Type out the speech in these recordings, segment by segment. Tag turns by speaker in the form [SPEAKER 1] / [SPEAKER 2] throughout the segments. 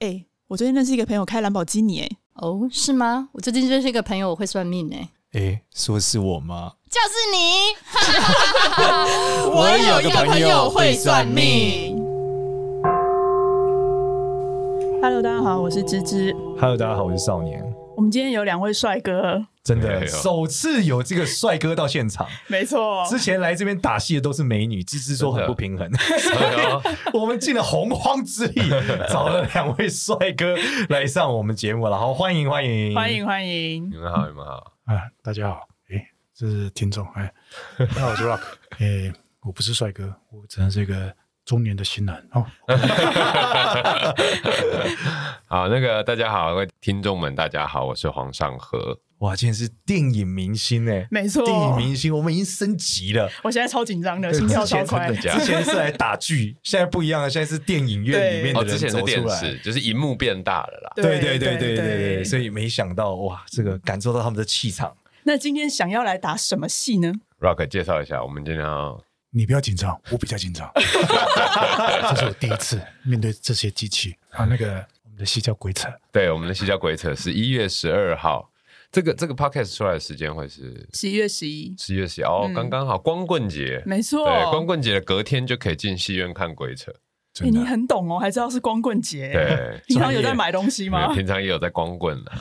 [SPEAKER 1] 哎、我最近认识一个朋友开兰博基尼、哎，
[SPEAKER 2] 哦，是吗？我最近认识一个朋友，我会算命哎、
[SPEAKER 3] 诶，说是我吗？
[SPEAKER 2] 就是你。
[SPEAKER 3] 我有个朋友会算命。
[SPEAKER 1] Hello，大家好，我是芝芝。
[SPEAKER 3] Hello，大家好，我是少年。
[SPEAKER 1] 我们今天有两位帅哥，
[SPEAKER 3] 真
[SPEAKER 4] 哎
[SPEAKER 3] 的，
[SPEAKER 4] 呦
[SPEAKER 3] 首次有这个帅哥到现场。
[SPEAKER 1] 没错
[SPEAKER 3] 之前来这边打戏的都是美女，芝芝说很不平衡。
[SPEAKER 4] 哎
[SPEAKER 3] 我们尽了洪荒之力，找了两位帅哥来上我们节目了，好欢迎欢迎
[SPEAKER 1] 欢迎欢迎
[SPEAKER 4] 你。们好，你们好。
[SPEAKER 5] 啊，大家好，诶，这是听众，哎，那我是 Rock，诶，我不是帅哥，我只能是一个中年的新男哦。
[SPEAKER 4] 好，那个大家好，各位听众们，大家好，我是黄尚和。
[SPEAKER 3] 哇，今天是电影明星哎、
[SPEAKER 1] 没错
[SPEAKER 3] 电影明星，我们已经升级了。
[SPEAKER 1] 我现在超紧张的，心跳超快
[SPEAKER 3] 之。前之前是来打剧，现在不一样了，现在是电影院里面的
[SPEAKER 4] 哦，
[SPEAKER 3] 哎人
[SPEAKER 4] 之前是
[SPEAKER 3] 走
[SPEAKER 4] 电
[SPEAKER 3] 出来
[SPEAKER 4] 视，就是荧幕变大了啦。
[SPEAKER 3] 对对对对对对，所以没想到哇，这个感受到他们的气场。
[SPEAKER 1] 那今天想要来打什么戏呢？
[SPEAKER 4] Rock 介绍一下，我们今天要
[SPEAKER 5] 你不要紧张，我比较紧张，这是我第一次面对这些机器啊。那个我们的戏叫鬼扯，
[SPEAKER 4] 对我们的西郊鬼扯是一月十二号，这个这个 podcast 出来的时间会是
[SPEAKER 1] 十一月十一，
[SPEAKER 4] 十月十哦
[SPEAKER 1] 嗯，
[SPEAKER 4] 刚刚好光棍节。
[SPEAKER 1] 没错。
[SPEAKER 4] 对，光棍节的隔天就可以进戏院看鬼扯。
[SPEAKER 1] 哎、你很懂哦，还知道是光棍节。，
[SPEAKER 4] 对，
[SPEAKER 1] 平常有在买东西吗
[SPEAKER 4] 没有？平常也有在光棍的，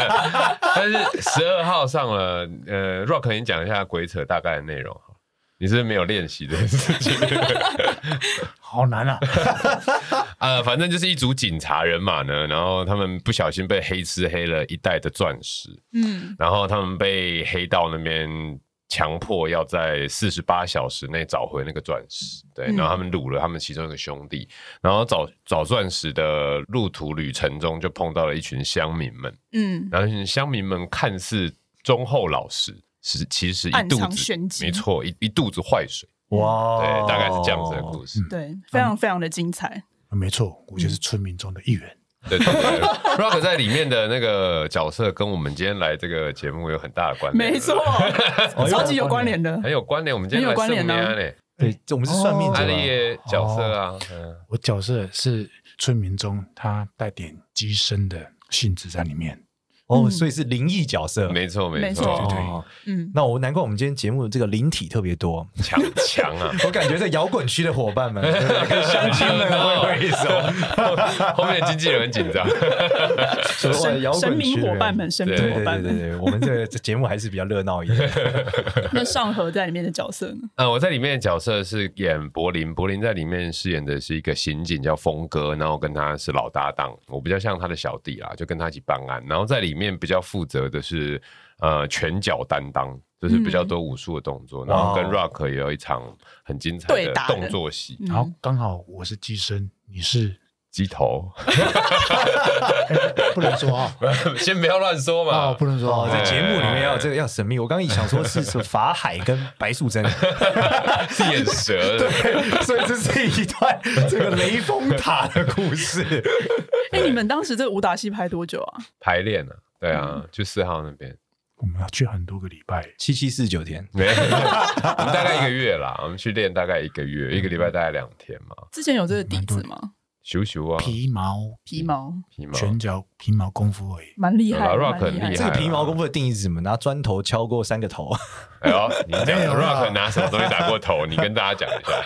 [SPEAKER 4] 但是十二号上了，呃，Rock，你讲一下鬼扯大概的内容好了你是不是没有练习这件事情，
[SPEAKER 5] 好难 啊！
[SPEAKER 4] 呃，反正就是一组警察人马呢，然后他们不小心被黑吃黑了一袋的钻石，
[SPEAKER 1] 嗯，
[SPEAKER 4] 然后他们被黑道那边强迫要在四十八小时内找回那个钻石，对，
[SPEAKER 1] 嗯
[SPEAKER 4] 然后他们掳了他们其中一个兄弟，然后找找钻石的路途旅程中就碰到了一群乡民们，
[SPEAKER 1] 嗯，
[SPEAKER 4] 然后乡民们看似忠厚老实，是其实一
[SPEAKER 1] 暗
[SPEAKER 4] 肚
[SPEAKER 1] 藏
[SPEAKER 4] 子
[SPEAKER 1] 玄机
[SPEAKER 4] 没错，一一肚子坏水，
[SPEAKER 3] 哇，
[SPEAKER 4] 对，
[SPEAKER 3] 哦
[SPEAKER 4] 大概是这样子的故事。
[SPEAKER 1] 对，非常非常的精彩。
[SPEAKER 5] 没错，我
[SPEAKER 1] 嗯
[SPEAKER 5] 就是村民中的一员。
[SPEAKER 4] 对对对，Rock 在里面的那个角色跟我们今天来这事有很大的关联这个节目有很大的关联，
[SPEAKER 1] 没错，超级有关联的。
[SPEAKER 4] 哦很有关联。我们哎今天
[SPEAKER 1] 很
[SPEAKER 4] 来
[SPEAKER 1] 有关联啊
[SPEAKER 4] 圣安
[SPEAKER 3] 对，哎这我们是
[SPEAKER 1] 哦
[SPEAKER 3] 算命
[SPEAKER 4] 呢，
[SPEAKER 3] 的
[SPEAKER 4] 安
[SPEAKER 3] 吗，
[SPEAKER 4] 利的角色啊，嗯
[SPEAKER 5] 我角色是村民中他带点机身的性质在里面。
[SPEAKER 3] 哦，
[SPEAKER 1] 嗯
[SPEAKER 3] 所以是灵异角色，
[SPEAKER 4] 没错
[SPEAKER 1] 没
[SPEAKER 4] 没
[SPEAKER 1] 错
[SPEAKER 4] 错，
[SPEAKER 3] 哦。
[SPEAKER 1] 嗯，
[SPEAKER 3] 那我难怪我们今天节目这个灵体特别 多，！
[SPEAKER 4] 强强啊
[SPEAKER 3] 我感觉在摇滚区的伙伴 们跟乡亲们挥挥手，
[SPEAKER 4] 后面的经纪人很紧张，
[SPEAKER 3] 所谓的摇
[SPEAKER 1] 神
[SPEAKER 3] 滚
[SPEAKER 1] 明
[SPEAKER 3] 区的
[SPEAKER 1] 伙
[SPEAKER 3] 人
[SPEAKER 1] 伴们，。神明
[SPEAKER 3] 对
[SPEAKER 4] 啊对
[SPEAKER 1] 伙
[SPEAKER 3] 对
[SPEAKER 1] 伴
[SPEAKER 3] 对对
[SPEAKER 1] 们。
[SPEAKER 3] 对，我们这个节目还是比较热 闹一点。
[SPEAKER 1] 那上河在里面的角色呢？
[SPEAKER 4] 呃，我在里面的角色是演柏林，柏林在里面饰演的是一个刑警叫峰哥，然后跟他是老搭档，我比较像他的小弟啦，就跟他一起办案。然后在里面比较负责的是呃拳脚担当，就是比
[SPEAKER 1] 嗯
[SPEAKER 4] 较多武术的动作，然后跟 Rock 也有一场很精彩
[SPEAKER 1] 对
[SPEAKER 4] 的
[SPEAKER 1] 打的
[SPEAKER 4] 动作戏，
[SPEAKER 1] 嗯
[SPEAKER 5] 然后刚好我是机身，你是哎
[SPEAKER 4] 鸡头，
[SPEAKER 5] 不能说啊，
[SPEAKER 4] 先不要乱说
[SPEAKER 5] 啊
[SPEAKER 4] 嘛，
[SPEAKER 5] 不能说
[SPEAKER 3] 哦，
[SPEAKER 5] 啊
[SPEAKER 3] 在，节目里面要这个要神秘。我刚刚一想说是什么法海跟白素 贞，
[SPEAKER 4] 是眼蛇的。
[SPEAKER 3] 所以这是一段这个雷峰塔的故 事。
[SPEAKER 1] 哎，你们当时这武打戏拍多久啊？
[SPEAKER 4] 排练啊，对啊，
[SPEAKER 1] 嗯
[SPEAKER 4] 去四号那边，
[SPEAKER 5] 我们要去很多个礼拜。
[SPEAKER 3] 七七四十九天，
[SPEAKER 4] 没有，我们大概一个月啦，我们去练大概一个月，一个礼拜大概两天嘛，
[SPEAKER 1] 之前有这个底子吗？
[SPEAKER 4] 咻咻啊，啊
[SPEAKER 5] 皮毛
[SPEAKER 1] 皮毛
[SPEAKER 4] 皮毛，
[SPEAKER 5] 拳脚皮毛功夫而已。
[SPEAKER 1] 蛮厉害的
[SPEAKER 4] 有啦
[SPEAKER 1] 蛮厉害
[SPEAKER 4] Rock 很厉
[SPEAKER 3] 这
[SPEAKER 1] 的。
[SPEAKER 4] 害
[SPEAKER 3] 个皮毛功夫的定义是什么？拿砖头敲过三个头。
[SPEAKER 4] 哎呦，你讲的
[SPEAKER 5] 没有啦
[SPEAKER 4] Rock 拿什么东西打过头？你跟大家讲一下，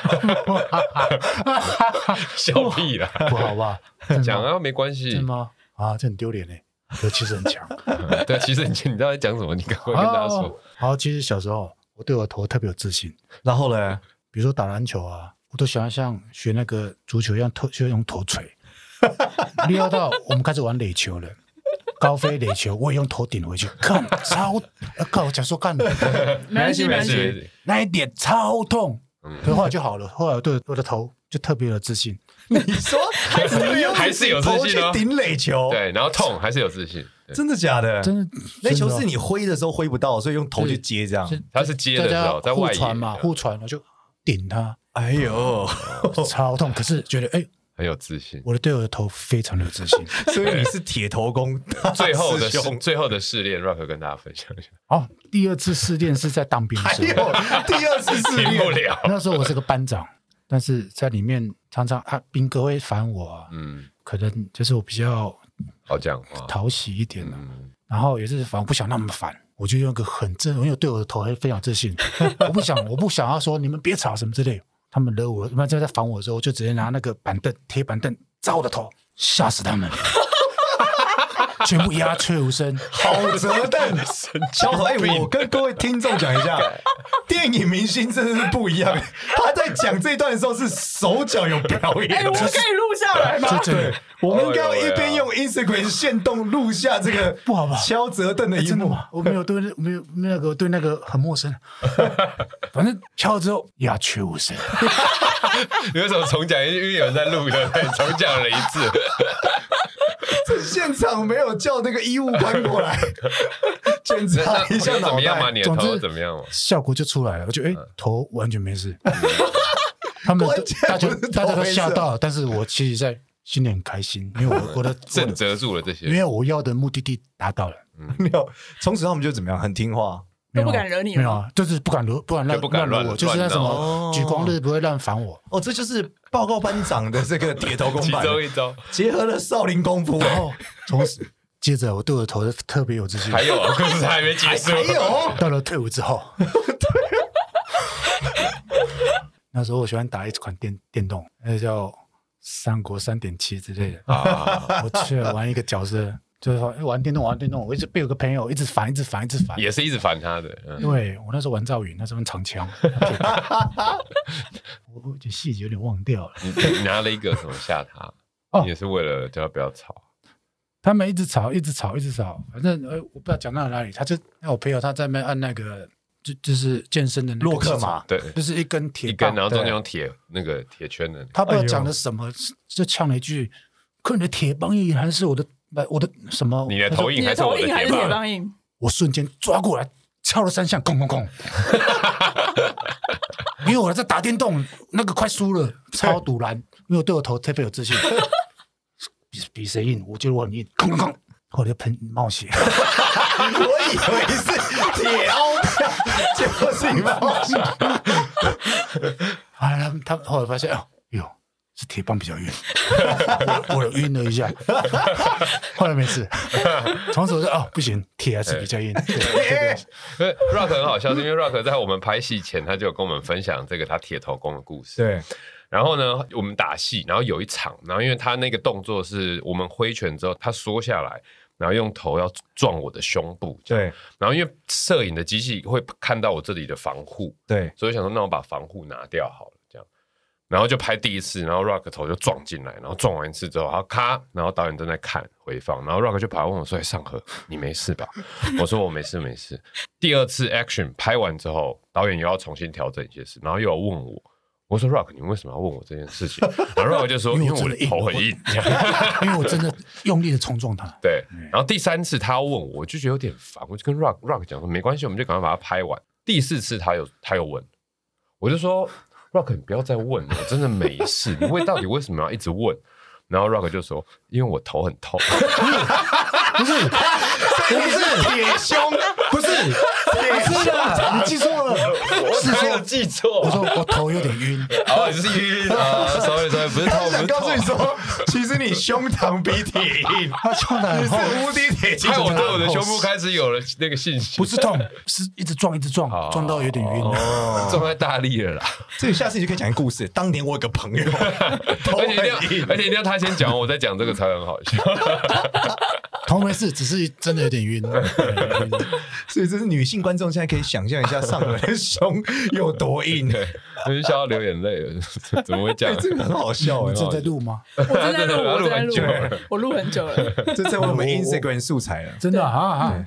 [SPEAKER 4] 笑屁啦，
[SPEAKER 5] 不好吧？ 真的吗
[SPEAKER 4] 讲，啊没关系
[SPEAKER 5] 真的，吗？啊，这很丢脸呢。可其实很 强。
[SPEAKER 4] 嗯对，其实你你到底讲什么？你赶快跟大家说
[SPEAKER 5] 哦。 好，其实小时候我对我的头特别有自信，
[SPEAKER 3] 然后呢？
[SPEAKER 5] 比如说打篮球啊，我都喜欢像学那个足球一样头，就用头锤。撩到我们开始玩垒球了。高飞垒球，我也用头顶回去，看超，啊靠！我讲说看
[SPEAKER 1] 没关系，没
[SPEAKER 4] 没
[SPEAKER 1] 关
[SPEAKER 4] 事
[SPEAKER 1] 系。
[SPEAKER 4] 没事
[SPEAKER 5] 那一点超痛，
[SPEAKER 4] 嗯
[SPEAKER 5] 可是后来就好了。后来我对我的头就特别有自信，
[SPEAKER 3] 你说还是用
[SPEAKER 4] 还是有自信哦
[SPEAKER 3] 头去顶垒球？，
[SPEAKER 4] 对，然后痛还是有自信，对
[SPEAKER 3] 真的假的？
[SPEAKER 5] 真的。
[SPEAKER 3] 垒球
[SPEAKER 5] 真的
[SPEAKER 3] 是你挥的时候挥不到，所以用头去接这样。
[SPEAKER 5] 是
[SPEAKER 4] 啊他是接
[SPEAKER 5] 大
[SPEAKER 4] 的时
[SPEAKER 5] 家
[SPEAKER 4] 候在
[SPEAKER 5] 互
[SPEAKER 4] 外野
[SPEAKER 5] 传嘛，互传，我就顶他，
[SPEAKER 3] 哎呦，
[SPEAKER 4] 哦
[SPEAKER 5] 超痛。可是觉得，哎、
[SPEAKER 4] 很有自信。
[SPEAKER 5] 我的队友的头非常的 有自信。
[SPEAKER 3] 所以你是铁头功，
[SPEAKER 4] 最后 的
[SPEAKER 3] 大师
[SPEAKER 4] 试
[SPEAKER 3] 兄。
[SPEAKER 4] 最后的试炼，Rock 跟大家分享一下，
[SPEAKER 5] 哦，第二次试练是在当兵的
[SPEAKER 3] 还
[SPEAKER 5] 时
[SPEAKER 3] 有
[SPEAKER 5] 候，
[SPEAKER 3] 哎第二次试
[SPEAKER 4] 停不
[SPEAKER 3] 炼，
[SPEAKER 4] 了。
[SPEAKER 5] 那时候我是个班长，但是在里面常常啊，兵哥会烦我啊，
[SPEAKER 4] 嗯，
[SPEAKER 5] 可能就是我比较
[SPEAKER 4] 好讲
[SPEAKER 3] 哦
[SPEAKER 4] 话，
[SPEAKER 5] 讨喜一点的、
[SPEAKER 4] 嗯，
[SPEAKER 5] 然后也是反正不想那么烦，我就用一个很正，因为我对我的头还非常自信， 我不想我不想要说你们别吵什么之类的。他们惹我，他们就在烦我的时候，我就直接拿那个板凳铁板凳砸我的头，吓死他们， 全部鸦雀无声。
[SPEAKER 3] 好折凳，小伙哎，我跟各位听众讲一下，电影明星真的是不一样。他在讲这一段的时候是手脚有表
[SPEAKER 1] 哎、
[SPEAKER 3] 演
[SPEAKER 1] 我们
[SPEAKER 3] 的，
[SPEAKER 1] 可以录下来吗？
[SPEAKER 5] 就真的
[SPEAKER 3] 我们应该要
[SPEAKER 4] 哎呦喂啊
[SPEAKER 3] 一边用 Instagram 线动录下这个
[SPEAKER 5] 不好吧
[SPEAKER 3] 敲折凳的
[SPEAKER 5] 哎
[SPEAKER 3] 一
[SPEAKER 5] 真的
[SPEAKER 3] 幕，
[SPEAKER 5] 吗？我没有对那，我没有没有那个对那个很陌生。 反正敲了之后鸦雀无声，
[SPEAKER 4] 你为什么重讲？因为有人在录的，重讲了一次。
[SPEAKER 3] 这现场没有叫那个医务搬过 来检查一下
[SPEAKER 4] 怎
[SPEAKER 3] 脑
[SPEAKER 4] 么样嘛？
[SPEAKER 3] 袋。
[SPEAKER 4] 你的头
[SPEAKER 5] 总之
[SPEAKER 4] 怎么样嘛？
[SPEAKER 5] 效果就出来了。我觉得哎、
[SPEAKER 4] 嗯
[SPEAKER 5] 头完全没事。 他们都
[SPEAKER 3] 关键
[SPEAKER 5] 大家
[SPEAKER 3] 不是头
[SPEAKER 5] 大家都
[SPEAKER 3] 没事
[SPEAKER 5] 吓到了，但是我其实在心里很开心，因为我我的我
[SPEAKER 4] 嗯正
[SPEAKER 5] 的
[SPEAKER 4] 遮住了这
[SPEAKER 5] 因
[SPEAKER 4] 些，
[SPEAKER 5] 为我要的目的地达到了。
[SPEAKER 3] 没有，从此他们就怎么样，很听话。
[SPEAKER 5] 没有
[SPEAKER 1] 都不敢惹你吗
[SPEAKER 5] 没有啊，就是不敢惹，不敢乱
[SPEAKER 4] 就不敢乱哦
[SPEAKER 5] 惹我，就是那什
[SPEAKER 3] 乱闹
[SPEAKER 5] 么举光日不会乱烦我。
[SPEAKER 3] 哦，这就是报告班长的这个铁头功
[SPEAKER 4] 其
[SPEAKER 3] 版，
[SPEAKER 4] 中一招
[SPEAKER 3] 结合了少林功夫。
[SPEAKER 5] 然后从此接着我对我的头特别有自信。
[SPEAKER 4] 还有啊，故事还没结束，
[SPEAKER 3] 还有，
[SPEAKER 5] 到了退伍之后， 那时候我喜欢打一款电电动，那叫《三国三点七》之类的。
[SPEAKER 4] 啊，
[SPEAKER 5] 我去玩一个角色，就是说哎玩电动玩电动，我一直被有个朋友一直烦，一直烦，一直烦。
[SPEAKER 4] 也是一直烦他的。嗯，
[SPEAKER 5] 对我那时候玩赵云，那时候玩 长枪，我我这细节有点忘掉了。
[SPEAKER 4] 你你拿了一个什么吓他？
[SPEAKER 5] 哦
[SPEAKER 4] 你也是为了叫他不要吵。
[SPEAKER 5] 他们一直吵，一直吵，一直吵，反正呃，我不知道讲到哪里，他就那我朋友他在那边按那个就就是健身的那个
[SPEAKER 3] 洛克马
[SPEAKER 5] 机
[SPEAKER 4] 对，
[SPEAKER 5] 制，就是一根铁
[SPEAKER 4] 一
[SPEAKER 5] 棒
[SPEAKER 4] 根，然后啊中间
[SPEAKER 5] 对
[SPEAKER 4] 用铁那个铁圈的，
[SPEAKER 5] 他不知道
[SPEAKER 3] 哎呦
[SPEAKER 5] 讲的什么，就呛了一句：“可你的铁棒印还是我的，呃我的什么？”
[SPEAKER 4] 你的
[SPEAKER 5] 他说
[SPEAKER 4] 投影
[SPEAKER 1] 你
[SPEAKER 4] 还
[SPEAKER 1] 的
[SPEAKER 4] 是我
[SPEAKER 1] 投
[SPEAKER 4] 的
[SPEAKER 1] 影还
[SPEAKER 4] 铁
[SPEAKER 1] 是铁
[SPEAKER 4] 棒？
[SPEAKER 1] 棒印？
[SPEAKER 5] 我瞬间抓过来，敲了三下，空空空。因为我在打电动，那个快输了，超堵然。因为我对我头特别有自信，比比谁硬，我觉得我很硬，空空空。后来就喷冒血，
[SPEAKER 3] 我以为是铁凹票，结果是你们冒险。
[SPEAKER 5] 后来他们他们后来发现，哦，哟，是铁棒比较晕， 我我晕了一下， 后来没事。从此我就哦，不行，铁还是比较硬。对对
[SPEAKER 4] 因
[SPEAKER 5] 对
[SPEAKER 4] 为 Rock 很好笑，是因为 Rock 在我们拍戏前，他就有跟我们分享这个他铁头功的故事。
[SPEAKER 3] 对，
[SPEAKER 4] 然后呢，我们打戏，然后有一场，然后因为他那个动作是我们挥拳之后，他缩下来，然后用头要撞我的胸部，这样
[SPEAKER 3] 对，
[SPEAKER 4] 然后因为摄影的机器会看到我这里的防护，
[SPEAKER 3] 对，
[SPEAKER 4] 所以想说，那我把防护拿掉好了，这样，然后就拍第一次，然后 Rock 头就撞进来，然后撞完一次之后，然后咔，然后导演正在看回放，然后 Rock 就跑来问我说：“哎，上河，你没事吧？” 我说：“我没事，没事。”第二次 action 拍完之后，导演又要重新调整一些事，然后又要问我。我说 Rock，你为什么要问我这件事情？ 然后 Rock 就说：“因
[SPEAKER 5] 因为
[SPEAKER 4] 为
[SPEAKER 5] 我
[SPEAKER 4] 我的
[SPEAKER 5] 真的
[SPEAKER 4] 头很
[SPEAKER 5] 硬我
[SPEAKER 4] 硬。”
[SPEAKER 5] 因为我真的用力的冲撞他，
[SPEAKER 4] 对，然后第三次他要问我，我就觉得有点烦，我就跟 Rock Rock 讲说没关系，我们就赶快把它拍完。第四次他有他有问，我就说 Rock 你不要再问了，我真的没事，你为到底为什么要一直问？然后 Rock 就说因为我头很痛，
[SPEAKER 3] 所以你是铁胸，
[SPEAKER 5] 不是，不是的，你记错了，是
[SPEAKER 4] 哪有
[SPEAKER 5] 说
[SPEAKER 4] 记错
[SPEAKER 5] 我说我头有点晕，
[SPEAKER 4] 哦，你是晕啊，sorry sorry，不 是
[SPEAKER 3] 他
[SPEAKER 4] 痛，不
[SPEAKER 3] 想
[SPEAKER 4] 是
[SPEAKER 3] 告诉你
[SPEAKER 4] 痛。
[SPEAKER 3] 说，其实你胸膛比铁硬，
[SPEAKER 5] 他撞的
[SPEAKER 3] 你
[SPEAKER 5] 很厚，
[SPEAKER 3] 是无敌铁金
[SPEAKER 4] 害我
[SPEAKER 3] 刚。
[SPEAKER 4] 对我的胸部开始有了那个信心
[SPEAKER 5] 不，是痛，是一直撞一直撞
[SPEAKER 4] 哦，
[SPEAKER 5] 撞到有点晕。
[SPEAKER 4] 撞太大力了啦，
[SPEAKER 3] 这个下次你就可以讲一个故事。当年我有个朋 友，头
[SPEAKER 4] 而且一定
[SPEAKER 3] 很
[SPEAKER 4] 要，
[SPEAKER 3] 硬，
[SPEAKER 4] 而且一定要他先讲，我再讲这个才很好笑。
[SPEAKER 5] 头没事，只是真的有点晕。对对
[SPEAKER 3] 所以这是女性观众现在可以想象一下上人的胸有多硬。
[SPEAKER 4] 对，啊我就笑到流眼泪了， 怎么会这
[SPEAKER 3] 哎
[SPEAKER 4] 样，？
[SPEAKER 3] 这个很好笑
[SPEAKER 5] 我
[SPEAKER 3] 哎
[SPEAKER 5] 们，正在录吗？
[SPEAKER 1] 我正在录，
[SPEAKER 4] 对
[SPEAKER 1] 我正在
[SPEAKER 4] 他录很久
[SPEAKER 3] 了
[SPEAKER 1] 录， 我录很久了。
[SPEAKER 3] 这成为我们 Instagram 素材了。
[SPEAKER 5] 真的啊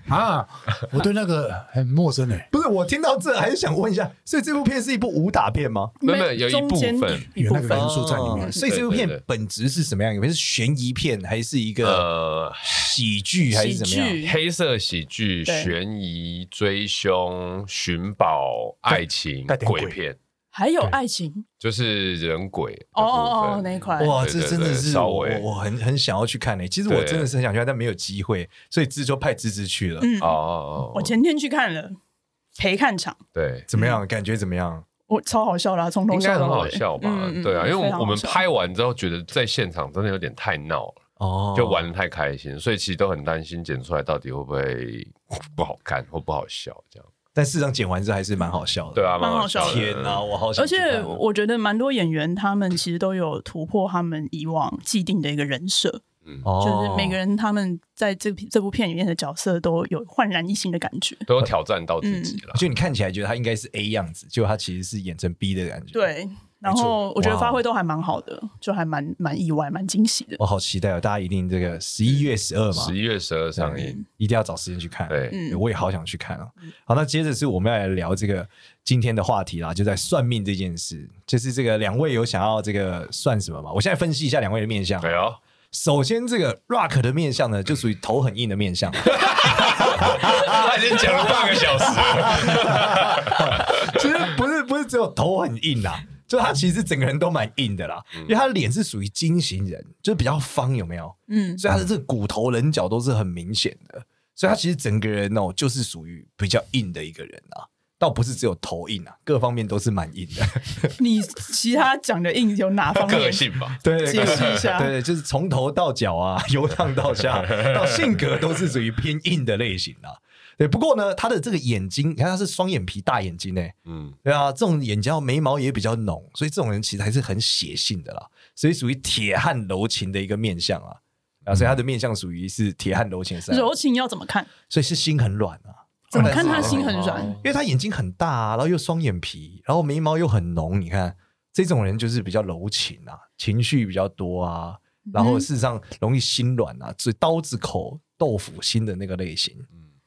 [SPEAKER 5] 啊啊！我对那个很陌生哎，
[SPEAKER 3] 不是，我听到这还是想问一下，所以这部片是一部武打片吗？
[SPEAKER 4] 没有没有有一
[SPEAKER 1] 中间
[SPEAKER 4] 部分
[SPEAKER 1] 一
[SPEAKER 5] 有
[SPEAKER 1] 部
[SPEAKER 5] 那个
[SPEAKER 1] 分
[SPEAKER 5] 元素在里面
[SPEAKER 3] 哦。所以这部
[SPEAKER 4] 对对
[SPEAKER 3] 片
[SPEAKER 4] 对
[SPEAKER 3] 本质是什么样？有没有是悬疑片，还是一个
[SPEAKER 4] 呃，
[SPEAKER 3] 喜剧，还是怎么样？
[SPEAKER 1] 剧
[SPEAKER 4] 黑色喜剧、
[SPEAKER 1] 对
[SPEAKER 4] 悬疑、追凶、寻宝、爱情、
[SPEAKER 5] 带点鬼
[SPEAKER 4] 鬼片，
[SPEAKER 1] 还有爱情
[SPEAKER 4] 就是人鬼的
[SPEAKER 1] 哦哦
[SPEAKER 4] 部
[SPEAKER 1] 哦
[SPEAKER 4] 分
[SPEAKER 1] 那一块，
[SPEAKER 3] 哇，
[SPEAKER 4] 对
[SPEAKER 3] 这
[SPEAKER 4] 对
[SPEAKER 3] 真的
[SPEAKER 4] 对
[SPEAKER 3] 是
[SPEAKER 4] 稍
[SPEAKER 3] 我我
[SPEAKER 4] 微
[SPEAKER 3] 我很很想要去看欸呢。其实我
[SPEAKER 4] 对
[SPEAKER 3] 真的是很想去看，但没有机会，所以芝就派芝芝去了。
[SPEAKER 1] 嗯
[SPEAKER 4] 哦，哦哦
[SPEAKER 1] 我前天去看了陪看场，
[SPEAKER 4] 对
[SPEAKER 3] 怎么样？感觉怎么样？
[SPEAKER 1] 我超好笑的啊，从头
[SPEAKER 4] 应该
[SPEAKER 1] 笑
[SPEAKER 4] 很
[SPEAKER 1] 到
[SPEAKER 4] 好
[SPEAKER 1] 尾。
[SPEAKER 4] 笑吧？
[SPEAKER 1] 嗯嗯
[SPEAKER 4] 对啊，因为
[SPEAKER 1] 非常
[SPEAKER 4] 我们
[SPEAKER 1] 好笑
[SPEAKER 4] 拍完之后觉得在现场真的有点太闹了，
[SPEAKER 3] 哦
[SPEAKER 4] 就玩的太开心，所以其实都很担心剪出来到底会不会不好看或不好笑这样。
[SPEAKER 3] 但事实上剪完之后还是蛮好笑的。
[SPEAKER 4] 对啊，
[SPEAKER 1] 蛮
[SPEAKER 4] 好
[SPEAKER 1] 好笑
[SPEAKER 4] 笑
[SPEAKER 1] 的
[SPEAKER 4] 的。
[SPEAKER 3] 天哪，我好想
[SPEAKER 1] 而
[SPEAKER 3] 去看哦。
[SPEAKER 1] 且我觉得蛮多演员他们其实都有突破他们以往既定的一个人设，
[SPEAKER 3] 哦
[SPEAKER 1] 就是每个
[SPEAKER 3] 人
[SPEAKER 1] 人他们在这这部片里面的角色都有焕然一新的感觉。
[SPEAKER 4] 都有挑战到自己
[SPEAKER 1] 嗯
[SPEAKER 4] 了。
[SPEAKER 3] 哦就你看起来觉得他应该是 A 样子，结果他其实是演成 B 的感觉。，
[SPEAKER 1] 对，然后我觉得发挥都还蛮好的，就还蛮蛮意外、蛮惊喜的。
[SPEAKER 3] 我好期待哦！大家一定这个十一月十二嘛，
[SPEAKER 4] 十一月十二上映，
[SPEAKER 3] 一定要找时间去看。
[SPEAKER 4] 对
[SPEAKER 1] 嗯
[SPEAKER 3] 我也好想去看啊。好，那接着是我们要来聊这个今天的话题啦，就在算命这件事。就是这个两位有想要这个算什么吗？我现在分析一下两位的面相。
[SPEAKER 4] 哎 呦，
[SPEAKER 3] 首先，这个 Rock 的面相呢，就属于头很硬的面相，
[SPEAKER 4] 他已经讲了半个小时了，
[SPEAKER 3] 其实不是不是只有头很硬啦。就他其实整个人都蛮硬的啦，因为他的脸是属于金型人，就是比较方，有没有？
[SPEAKER 1] 嗯，
[SPEAKER 3] 所以他的这个骨头棱角都是很明显的，所以他其实整个人哦，就是属于比较硬的一个人啊，倒不是只有头硬啊，各方面都是蛮硬的。
[SPEAKER 1] 你其他讲的硬有哪方面？
[SPEAKER 4] 个性 吧。
[SPEAKER 3] 对
[SPEAKER 1] 解释一下
[SPEAKER 3] 对对，就是从头到脚啊，由上到下，到性格都是属于偏硬的类型啊。对，不过呢，他的这个眼睛，你看他是双眼皮大眼睛呢、
[SPEAKER 4] 嗯，
[SPEAKER 3] 对啊，这种眼角眉毛也比较浓，所以这种人其实还是很血性的啦，所以属于铁汉柔情的一个面相啊。啊，所以他的面相属于是铁汉柔情三
[SPEAKER 1] 柔情要怎么看？
[SPEAKER 3] 所以是心很软啊。
[SPEAKER 1] 怎么
[SPEAKER 3] 但
[SPEAKER 1] 看
[SPEAKER 3] 是
[SPEAKER 1] 他心很软？
[SPEAKER 3] 因为他眼睛很大、啊，然后又双眼皮，然后眉毛又很浓，你看这种人就是比较柔情啊，情绪比较多啊，
[SPEAKER 1] 嗯
[SPEAKER 3] 然后事实上容易心软啊，所以刀子口豆腐心的那个类型。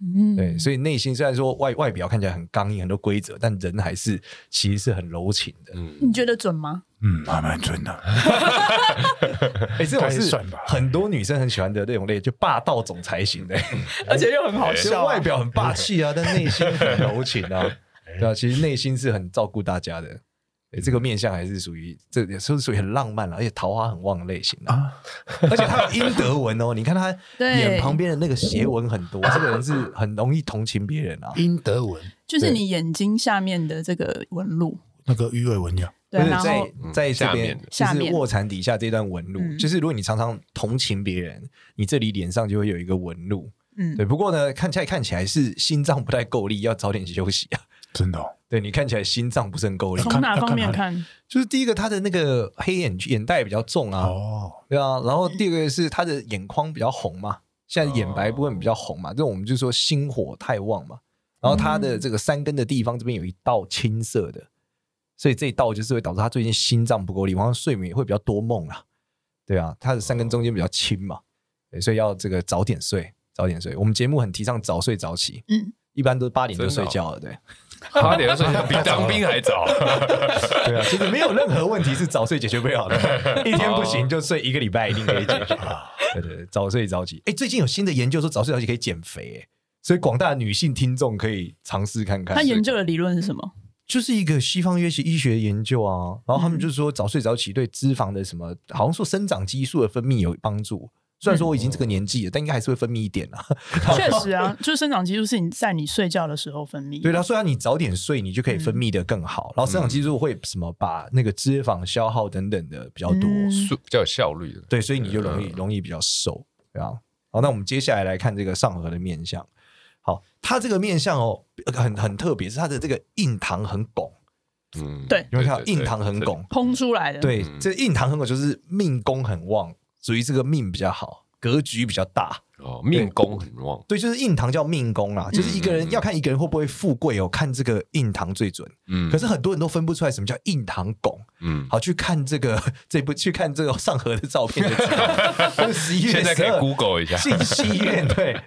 [SPEAKER 1] 嗯，
[SPEAKER 3] 对，所以内心虽然说外外表看起来很刚硬，很多规则，但人还是其实是很柔情的。
[SPEAKER 1] 你觉得准吗？
[SPEAKER 5] 嗯，还蛮准的。
[SPEAKER 3] 哎、这种
[SPEAKER 5] 该
[SPEAKER 3] 是
[SPEAKER 5] 算吧
[SPEAKER 3] 很多女生很喜欢的那种类，就霸道总裁型的、
[SPEAKER 5] 嗯
[SPEAKER 4] 哎
[SPEAKER 1] 而且又很好
[SPEAKER 3] 其实
[SPEAKER 1] 笑啊，
[SPEAKER 3] 外表很霸气 啊，但内心很柔情 啊，对啊，其实内心是很照顾大家的。对这个面相还是属于这也是属于很浪漫啊了、而且桃花很旺的类型啊。而且他有英德文哦，你看 他
[SPEAKER 1] 对
[SPEAKER 3] 脸旁边的那个斜纹很多，这个人是很容易同情别人啊。
[SPEAKER 5] 英德文
[SPEAKER 1] 就是你眼睛下面的这个纹路，
[SPEAKER 5] 那个鱼尾纹呀，
[SPEAKER 1] 对，啊
[SPEAKER 3] 不是
[SPEAKER 1] 然后
[SPEAKER 3] 在在这边
[SPEAKER 4] 嗯，
[SPEAKER 3] 就
[SPEAKER 1] 下面
[SPEAKER 3] 是卧蚕底下这段纹路，
[SPEAKER 1] 嗯
[SPEAKER 3] 就是如果你常常同情别人，你这里脸上就会有一个纹路。
[SPEAKER 1] 嗯
[SPEAKER 3] 对，，不过呢，看起来看起来是心脏不太够力，要早点休息啊。
[SPEAKER 5] 真的哦。
[SPEAKER 3] 对你看起来心脏不是很够力，
[SPEAKER 1] 从哪方面看？
[SPEAKER 3] 就是第一个，他的那个黑眼眼袋比较重啊，
[SPEAKER 5] 哦
[SPEAKER 3] 对啊。然后第二个是他的眼眶比较红嘛，现在眼
[SPEAKER 4] 哦
[SPEAKER 3] 白部分比较红嘛，这种我们就说心火太旺嘛。然后他的
[SPEAKER 4] 嗯
[SPEAKER 3] 这个三根的地方这边有一道青色的，所以这一道就是会导致他最近心脏不够力，晚上睡眠也会比较多梦啦。对啊，他的三根中间比较轻嘛，对所以要这个早点睡，早点睡。我们节目很提倡早睡早起，
[SPEAKER 1] 嗯，
[SPEAKER 3] 一般都八点就
[SPEAKER 4] 真的
[SPEAKER 3] 睡
[SPEAKER 4] 哦
[SPEAKER 3] 觉了，对。
[SPEAKER 4] 他脸说比当兵还早，
[SPEAKER 3] 对啊，其实没有任何问题是早睡解决不了的， 一天不行就睡一个礼拜，一定可以解决。对对对，早睡早起。哎，最近有新的研究说早睡早起可以减肥，哎，所以广大的女性听众可以尝试看看。
[SPEAKER 1] 他研究的理论是什么？
[SPEAKER 3] 就是一个西方医学医学研究啊，然后他们就说早睡早起对脂肪的什么，好像说生长激素的分泌有帮助。虽然说我已经这个年纪了，但应该还是会分泌一点啊。
[SPEAKER 1] 确实啊，就是生长激素是你在你睡觉的时候分泌，
[SPEAKER 3] 对啦，虽然你早点睡，你就可以分泌的更好，然后生长激素会什么把那个脂肪消耗等等的比较多。
[SPEAKER 1] 嗯
[SPEAKER 4] 速比较有效率的。
[SPEAKER 3] 对，所以你就
[SPEAKER 4] 嗯
[SPEAKER 3] 容易容易比较瘦，对啊。好，那我们接下来来看这个上颌的面相。好，它这个面相哦，呃很很特别，是它的这个印堂很拱，
[SPEAKER 4] 嗯，
[SPEAKER 1] 对
[SPEAKER 3] 有没有看到印堂很，拱？
[SPEAKER 1] 烹出来的，，
[SPEAKER 3] 对
[SPEAKER 4] 嗯，
[SPEAKER 3] 这印堂很拱就是命宫很旺，属于这个命比较好，格局比较大。
[SPEAKER 4] 对对哦，命宫很旺，
[SPEAKER 3] 对，就是印堂叫命宫啦，就是一个人
[SPEAKER 4] 嗯
[SPEAKER 3] 要看一个人会不会富贵哦，看这个印堂最准。
[SPEAKER 4] 嗯
[SPEAKER 3] 可是很多人都分不出来什么叫印堂拱，
[SPEAKER 4] 嗯，
[SPEAKER 3] 好去看这个 这部去看这个上颌的照片就知 道。十一月
[SPEAKER 4] 现在可以
[SPEAKER 3] 12
[SPEAKER 4] Google 一下，
[SPEAKER 3] 进 戏院对，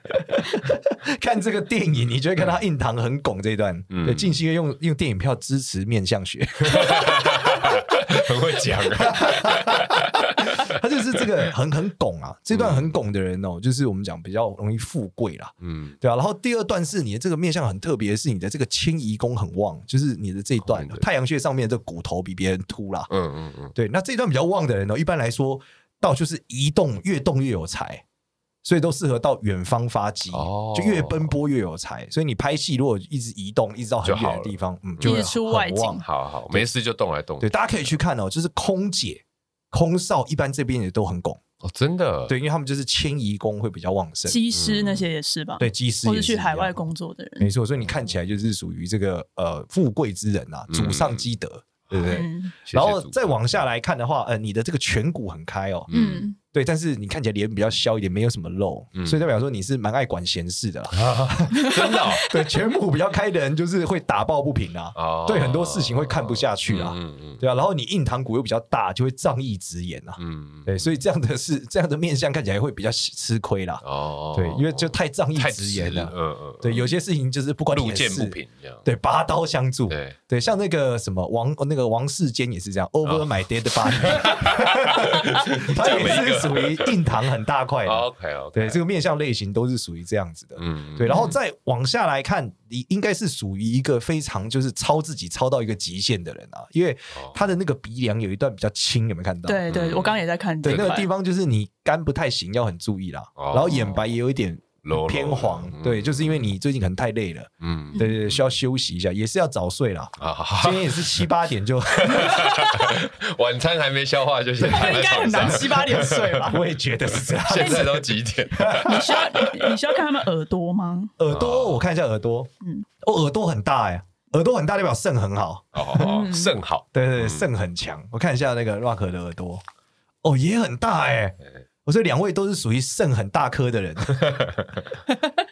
[SPEAKER 3] 看这个电影，你就会看到印堂很拱这一段。
[SPEAKER 4] 嗯
[SPEAKER 3] 对，进戏院用用电影票支持面相 学，
[SPEAKER 4] 很会讲啊，
[SPEAKER 3] 他就是这个很很拱啊，这段很拱的人哦，就是我们讲比较容易富贵啦，
[SPEAKER 4] 嗯，
[SPEAKER 3] 对啊。然后第二段是你的这个面相很特别，是你的这个迁移宫很旺，就是你的这一段
[SPEAKER 4] 后面的
[SPEAKER 3] 太阳穴上面的骨头比别人凸啦。
[SPEAKER 4] 嗯嗯嗯，
[SPEAKER 3] 对，那这一段比较旺的人哦，一般来说到就是移动越动越有财。所以都适合到远方发机，
[SPEAKER 4] 哦
[SPEAKER 3] 就越奔波越有才。所以你拍戏如果一直移动，一直到很
[SPEAKER 4] 就
[SPEAKER 3] 远
[SPEAKER 4] 好了
[SPEAKER 3] 的地方，嗯，
[SPEAKER 1] 直
[SPEAKER 3] 就会
[SPEAKER 1] 出
[SPEAKER 3] 很
[SPEAKER 1] 外景
[SPEAKER 3] 旺
[SPEAKER 4] 好好，没事就动来动去。
[SPEAKER 3] 对，大家可以去看哦，就是空姐、空少，一般这边也都很拱，
[SPEAKER 4] 哦，真的，
[SPEAKER 3] 对，因为他们就是迁移工会比较旺盛，
[SPEAKER 1] 机师那些也是吧？
[SPEAKER 3] 嗯对，，机师
[SPEAKER 1] 或
[SPEAKER 3] 也
[SPEAKER 1] 是去
[SPEAKER 3] 一样
[SPEAKER 1] 海外工作的
[SPEAKER 3] 没
[SPEAKER 1] 人，
[SPEAKER 3] 错，所以你看起来就是属于这个呃富贵之人啊，
[SPEAKER 4] 嗯
[SPEAKER 3] 祖上积德，对不对？
[SPEAKER 1] 嗯
[SPEAKER 4] 谢谢
[SPEAKER 3] 然后
[SPEAKER 4] 主
[SPEAKER 3] 再往下来看的话，呃，你的这个颧骨很开哦，
[SPEAKER 4] 嗯，
[SPEAKER 2] 嗯，
[SPEAKER 3] 对，但是你看起来脸比较消一点，没有什么肉，
[SPEAKER 4] 嗯
[SPEAKER 3] 所以代表说你是蛮爱管闲事的啦。
[SPEAKER 4] 真的哦
[SPEAKER 3] 对，颧骨比较开的人就是会打抱不平啊，
[SPEAKER 4] 哦，
[SPEAKER 3] 对很多事情会看不下去啊，
[SPEAKER 4] 嗯嗯
[SPEAKER 3] 对啊，然后你硬糖骨又比较大，就会仗义直言啊，
[SPEAKER 4] 嗯，
[SPEAKER 3] 对，所以这样的是这样的面相看起来会比较吃亏啦
[SPEAKER 4] 以，哦，
[SPEAKER 3] 对，因为就太仗义
[SPEAKER 4] 太
[SPEAKER 3] 直言
[SPEAKER 4] 了，
[SPEAKER 3] 了，
[SPEAKER 4] 嗯嗯，
[SPEAKER 3] 对，有些事情就是不管你
[SPEAKER 4] 路
[SPEAKER 3] 的
[SPEAKER 4] 见
[SPEAKER 3] 事
[SPEAKER 4] 不平这样，
[SPEAKER 3] 对，拔刀相助。
[SPEAKER 4] 对
[SPEAKER 3] 对，像那个什么王，那个王世坚也是这
[SPEAKER 4] 啊
[SPEAKER 3] 样，Over my dead body，他
[SPEAKER 4] 这么一
[SPEAKER 3] 也是
[SPEAKER 4] 个
[SPEAKER 3] 属于硬糖很大块的。
[SPEAKER 4] ，OK OK，
[SPEAKER 3] 对，这个面相类型都是属于这样子的。
[SPEAKER 4] 嗯，嗯
[SPEAKER 3] 对，然后再往下来看，你应该是属于一个非常就是超自己超到一个极限的人啊，因为
[SPEAKER 4] 哦
[SPEAKER 3] 他的那个鼻梁有一段比较轻，有没有看到？
[SPEAKER 1] 对对，
[SPEAKER 4] 嗯
[SPEAKER 1] 我刚刚也在看
[SPEAKER 3] 对，
[SPEAKER 1] 这
[SPEAKER 3] 那个
[SPEAKER 1] 块
[SPEAKER 3] 地方就是你肝不太行，要很注意啦。
[SPEAKER 4] 哦
[SPEAKER 3] 然后眼白也有一点
[SPEAKER 4] 柔柔
[SPEAKER 3] 偏
[SPEAKER 4] 的
[SPEAKER 3] 黄，
[SPEAKER 4] 嗯
[SPEAKER 3] 对，就是因为你最近可能太累了，
[SPEAKER 4] 嗯，
[SPEAKER 3] 对对对，需要休息一下，也是要早睡啦。
[SPEAKER 4] 啊，好好
[SPEAKER 3] 今天也是七八点就，
[SPEAKER 4] 晚餐还没消化就先躺
[SPEAKER 1] 应
[SPEAKER 4] 在
[SPEAKER 1] 该很
[SPEAKER 4] 床
[SPEAKER 3] ？
[SPEAKER 4] 上
[SPEAKER 1] 难，七八点睡吧
[SPEAKER 3] 我也觉得是这样。
[SPEAKER 4] 现在都几 点？
[SPEAKER 1] 你需要你你需要看他们耳朵吗？
[SPEAKER 3] 耳朵，我看一下耳朵，嗯
[SPEAKER 1] 嗯，
[SPEAKER 3] 哦，耳朵很大哎，耳朵很大代表肾很好，
[SPEAKER 4] 哦好，好肾好，
[SPEAKER 3] 对对对，肾很强。我看一下那个 Rock 的耳朵，哦，也很大哎。我说两位都是属于肾很大颗的人，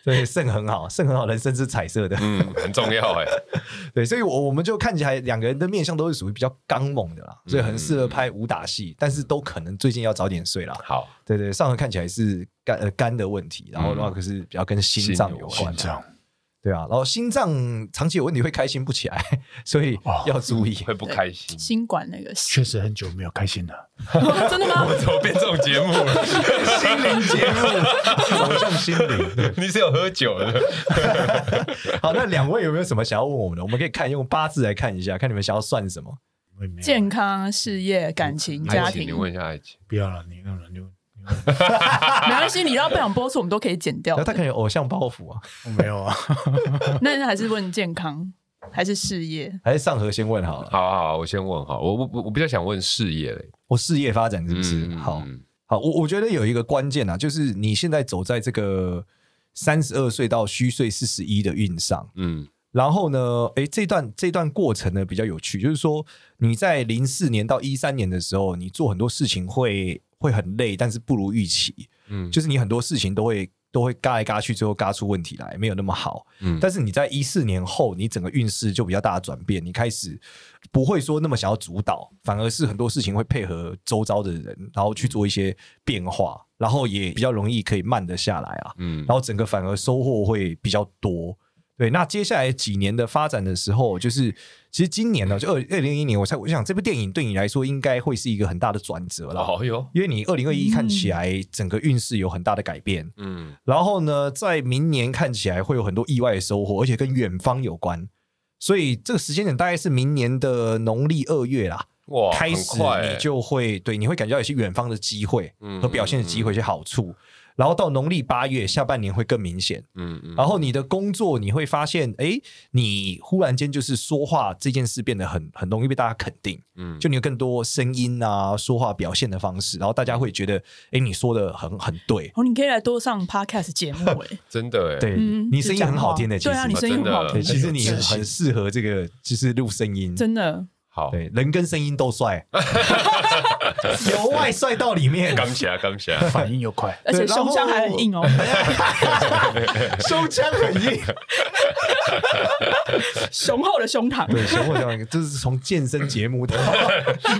[SPEAKER 3] 对，肾很好，肾很好，人生是彩色的，
[SPEAKER 4] 嗯，很重要哎，
[SPEAKER 3] 对，所以我我们就看起来两个人的面相都是属于比较刚猛的啦，所以很适合拍武打戏，但是都可能最近要早点睡啦。
[SPEAKER 4] 好，
[SPEAKER 3] 对对，上颌看起来是肝呃肝的问题，然后
[SPEAKER 4] 嗯
[SPEAKER 3] 的话可是比较跟心脏有
[SPEAKER 5] 心
[SPEAKER 3] 关，
[SPEAKER 5] 脏
[SPEAKER 3] 对啊，然后心脏长期有问题会开心不起来，所以
[SPEAKER 5] 哦
[SPEAKER 3] 要注意。
[SPEAKER 4] 会不开心。
[SPEAKER 1] 心管那 个
[SPEAKER 5] 确实很久没有开心了。
[SPEAKER 1] 真的吗？
[SPEAKER 4] 怎么变这种节目 了？
[SPEAKER 3] 心灵节目走向心灵。对
[SPEAKER 4] 你是有喝酒的？
[SPEAKER 3] 好，那两位有没有什么想要问我们的？我们可以看用八字来看一下，看你们想要算什么。
[SPEAKER 5] 我也没有
[SPEAKER 1] 健康、事业、感情、家
[SPEAKER 4] 爱情，
[SPEAKER 1] 庭
[SPEAKER 4] 你，问一下爱情。
[SPEAKER 5] 不要了，你那人就
[SPEAKER 1] 没关系，你要不想播出，我们都可以剪掉
[SPEAKER 3] 然后。他可能有偶像包袱啊，
[SPEAKER 5] 我没有啊。
[SPEAKER 1] 那还是问健康还是事业？
[SPEAKER 3] 还是上河先问好了。
[SPEAKER 4] 好好好，我先问哈，我我我我比较想问事业嘞，
[SPEAKER 3] 我事业发展是不是？
[SPEAKER 4] 嗯
[SPEAKER 3] 好
[SPEAKER 4] 嗯
[SPEAKER 3] 好，我我觉得有一个关键啊，就是你现在走在这个三十二岁到虚岁四十一的运上，
[SPEAKER 4] 嗯
[SPEAKER 3] 然后呢，诶，这段这段过程呢比较有趣，就是说你在零四年到一三年的时候，你做很多事情会会很累，但是不如预期，
[SPEAKER 4] 嗯，
[SPEAKER 3] 就是你很多事情都会都会嘎来嘎去，最后嘎出问题来，没有那么好。
[SPEAKER 4] 嗯
[SPEAKER 3] 但是你在一四年后，你整个运势就比较大的转变，你开始不会说那么想要主导，反而是很多事情会配合周遭的人，然后去做一些变化，然后也比较容易可以慢得下来啊。
[SPEAKER 4] 嗯
[SPEAKER 3] 然后整个反而收获会比较多。对，那接下来几年的发展的时候，就是其实今年呢，就二二零一年，我才我想这部电影对你来说应该会是一个很大的转折了，
[SPEAKER 4] 哦哟，
[SPEAKER 3] 因为你二零二一看起来整个运势有很大的改变，
[SPEAKER 4] 嗯
[SPEAKER 3] 然后呢，在明年看起来会有很多意外的收获，而且跟远方有关。所以这个时间点大概是明年的农历二月啦，
[SPEAKER 4] 哇，
[SPEAKER 3] 开
[SPEAKER 4] 很
[SPEAKER 3] 始
[SPEAKER 4] 快欸
[SPEAKER 3] 你就会对你会感觉到有些远方的机会
[SPEAKER 4] 嗯
[SPEAKER 3] 和表现的机会、一些好处。然后到农历八月下半年会更明显，
[SPEAKER 4] 嗯嗯，
[SPEAKER 3] 然后你的工作你会发现，哎，你忽然间就是说话这件事变得很很容易被大家肯定，
[SPEAKER 4] 嗯
[SPEAKER 3] 就你有更多声音啊、说话表现的方式，然后大家会觉得，哎，你说的很很对，
[SPEAKER 1] 哦，你可以来多上 podcast 节目哎，
[SPEAKER 4] 真的 哎，
[SPEAKER 3] 对、
[SPEAKER 1] 嗯
[SPEAKER 3] 你声音很好听的，
[SPEAKER 1] 就
[SPEAKER 3] 其实
[SPEAKER 1] 讲话对啊，你声音很好
[SPEAKER 4] 真
[SPEAKER 3] 对
[SPEAKER 1] 听，
[SPEAKER 3] 其实你
[SPEAKER 5] 很有自信
[SPEAKER 3] 很适合这个，就是录声音，
[SPEAKER 1] 真的。
[SPEAKER 4] 好，
[SPEAKER 3] 对，人跟声音都帅，由外帅到里面，
[SPEAKER 4] 干起来，干起来，
[SPEAKER 5] 反应又快，
[SPEAKER 1] 而且
[SPEAKER 3] 对然后
[SPEAKER 1] 胸腔还很硬 哦，
[SPEAKER 3] 胸腔很硬，
[SPEAKER 1] 雄厚的胸膛。
[SPEAKER 3] 对，小火像就是从健身节目到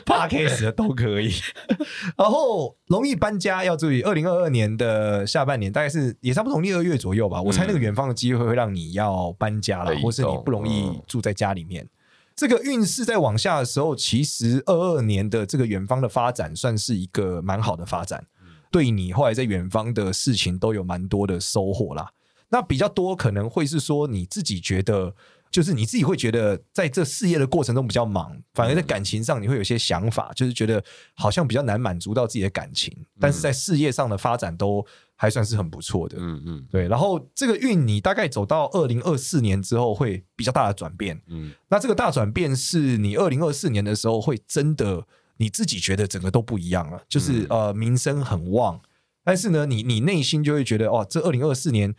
[SPEAKER 3] podcast 的都可以。 然后容易搬家要注意，二零二二年的下半年大概是也差不多农历二月左右吧。我猜那个远方的机会会让你要搬家了
[SPEAKER 4] 对，
[SPEAKER 3] 或是你不容易住在家里面。这个运势在往下的时候，其实二二年的这个远方的发展算是一个蛮好的发展，对你后来在远方的事情都有蛮多的收获啦。那比较多可能会是说你自己觉得，就是你自己会觉得在这事业的过程中比较忙，反而在感情上你会有些想法，就是觉得好像比较难满足到自己的感情，但是在事业上的发展都还算是很不错的。
[SPEAKER 4] 嗯嗯
[SPEAKER 3] 对，然后这个运你大概走到二零二四年之后会比较大的转变。
[SPEAKER 4] 嗯，
[SPEAKER 3] 那这个大转变是你二零二四年的时候会真的你自己觉得整个都不一样了，就是、
[SPEAKER 4] 嗯
[SPEAKER 3] 呃名声很旺，但是呢，你你内心就会觉得哦，这二零二四年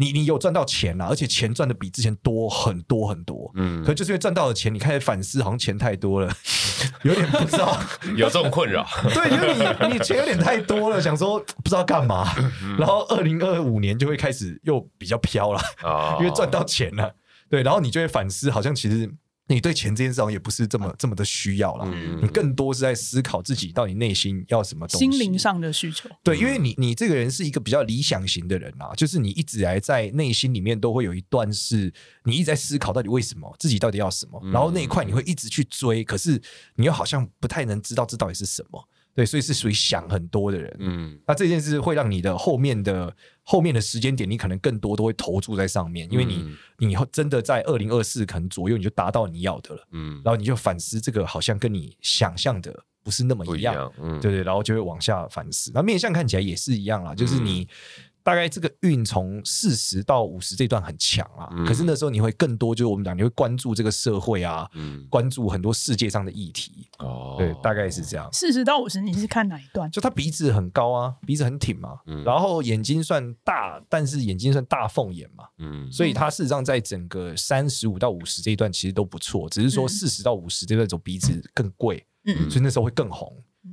[SPEAKER 3] 你你有赚到钱啊了，而且钱赚的比之前多很多很多。
[SPEAKER 4] 嗯
[SPEAKER 3] 可就是因为赚到的钱，你开始反思，好像钱太多了， 有点不知道，
[SPEAKER 4] 有这种困扰，
[SPEAKER 3] 对，因为你你钱有点太多了，想说不知道干嘛。
[SPEAKER 4] 嗯
[SPEAKER 3] 然后二零二五年就会开始又比较飘了，
[SPEAKER 4] 哦
[SPEAKER 3] 因为赚到钱了，对，然后你就会反思，好像其实你对钱这件事情也不是这么这么的需要了，
[SPEAKER 4] 嗯
[SPEAKER 3] 你更多是在思考自己到底内心要什么东西，
[SPEAKER 1] 心灵上的需求，
[SPEAKER 3] 对，因为你你这个人是一个比较理想型的人啊，就是你一直来在内心里面都会有一段是你一直在思考到底为什么自己到底要什
[SPEAKER 4] 嗯
[SPEAKER 3] 么，然后那一块你会一直去追，可是你又好像不太能知道这到底是什么，对，所以是属于想很多的人。
[SPEAKER 4] 嗯
[SPEAKER 3] 那这件事会让你的后面的后面的时间点，你可能更多都会投注在上面，因为你、
[SPEAKER 4] 嗯
[SPEAKER 3] 你真的在二零二四可能左右你就达到你要的了，
[SPEAKER 4] 嗯，
[SPEAKER 3] 然后你就反思这个好像跟你想象的不是那么
[SPEAKER 4] 不
[SPEAKER 3] 一
[SPEAKER 4] 一
[SPEAKER 3] 样，
[SPEAKER 4] 样，嗯，
[SPEAKER 3] 对对，然后就会往下反思。那面相看起来也是一样啦，就是你大概这个运从四十到五十这段很强啊，
[SPEAKER 4] 嗯
[SPEAKER 3] 可是那时候你会更多，就是我们讲你会关注这个社会啊，
[SPEAKER 4] 嗯，
[SPEAKER 3] 关注很多世界上的议题，
[SPEAKER 4] 哦
[SPEAKER 3] 对，大概是这样。
[SPEAKER 1] 四十到五十，你是看哪一段？
[SPEAKER 3] 就他鼻子很高啊，鼻子很挺嘛，
[SPEAKER 4] 嗯
[SPEAKER 3] 然后眼睛算大，但是眼睛算大凤眼嘛，
[SPEAKER 4] 嗯，
[SPEAKER 3] 所以他事实上在整个三十五到五十这一段其实都不错，只是说四十到五十这段走鼻子更贵，
[SPEAKER 1] 嗯
[SPEAKER 3] 所以那时候会更红。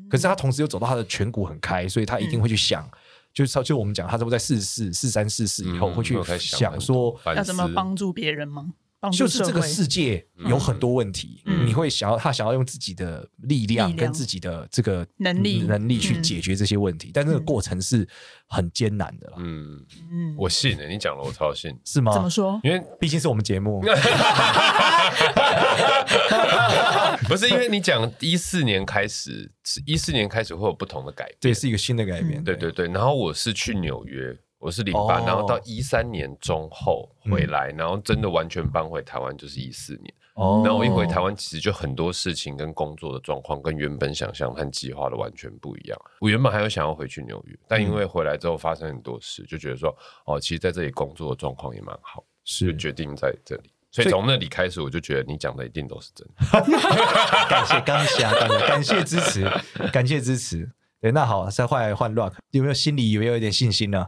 [SPEAKER 3] 可是他同时又走到他的颧骨很开，所以他一定会去想，就是就我们讲，他都在四四四三四四以后
[SPEAKER 4] 嗯
[SPEAKER 3] 会去
[SPEAKER 4] 会开始想
[SPEAKER 3] 想说，
[SPEAKER 4] 反
[SPEAKER 1] 要怎么
[SPEAKER 4] 思
[SPEAKER 1] 帮助别人吗？帮助
[SPEAKER 3] 就是
[SPEAKER 1] 社
[SPEAKER 3] 这个
[SPEAKER 1] 会。
[SPEAKER 3] 世界有很多问题，
[SPEAKER 1] 嗯
[SPEAKER 3] 你会想要他想要用自己的力量
[SPEAKER 1] 力量
[SPEAKER 3] 跟自己的这个
[SPEAKER 1] 能力
[SPEAKER 3] 能力去
[SPEAKER 1] 嗯
[SPEAKER 3] 解决这些问题，但这个过程是很艰难的啦，
[SPEAKER 4] 嗯，
[SPEAKER 1] 嗯，
[SPEAKER 4] 我信了，你讲了，我超信，
[SPEAKER 3] 是
[SPEAKER 1] 怎么
[SPEAKER 3] 吗？
[SPEAKER 1] 说？
[SPEAKER 4] 因为
[SPEAKER 3] 毕竟是我们节 目，
[SPEAKER 4] 不是因为你讲一四年开始，是一四年开始会有不同的改变，
[SPEAKER 3] 这也是一个新的改变，
[SPEAKER 1] 嗯
[SPEAKER 4] 对对对，然后我是去纽约，我是零八、
[SPEAKER 3] 哦嗯
[SPEAKER 4] 然后到一三年中后回来，然后真的完全搬回台湾就是一四年。
[SPEAKER 3] 哦
[SPEAKER 4] 然后我一回台湾，其实就很多事情跟工作的状况跟原本想象和计划的完全不一样。我原本还有想要回去纽约，但因
[SPEAKER 3] 嗯
[SPEAKER 4] 为回来之后发生很多事，就觉得说哦，其实在这里工作的状况也蛮好，就是决定在这里。所以
[SPEAKER 3] 嗯所以
[SPEAKER 4] 从那里开始，我就觉得你讲的一定都是真的。
[SPEAKER 3] 感谢刚下，感谢感谢支持，感谢支持。对，那好，再换来换 Rock，有没有心里有没有一点信心呢？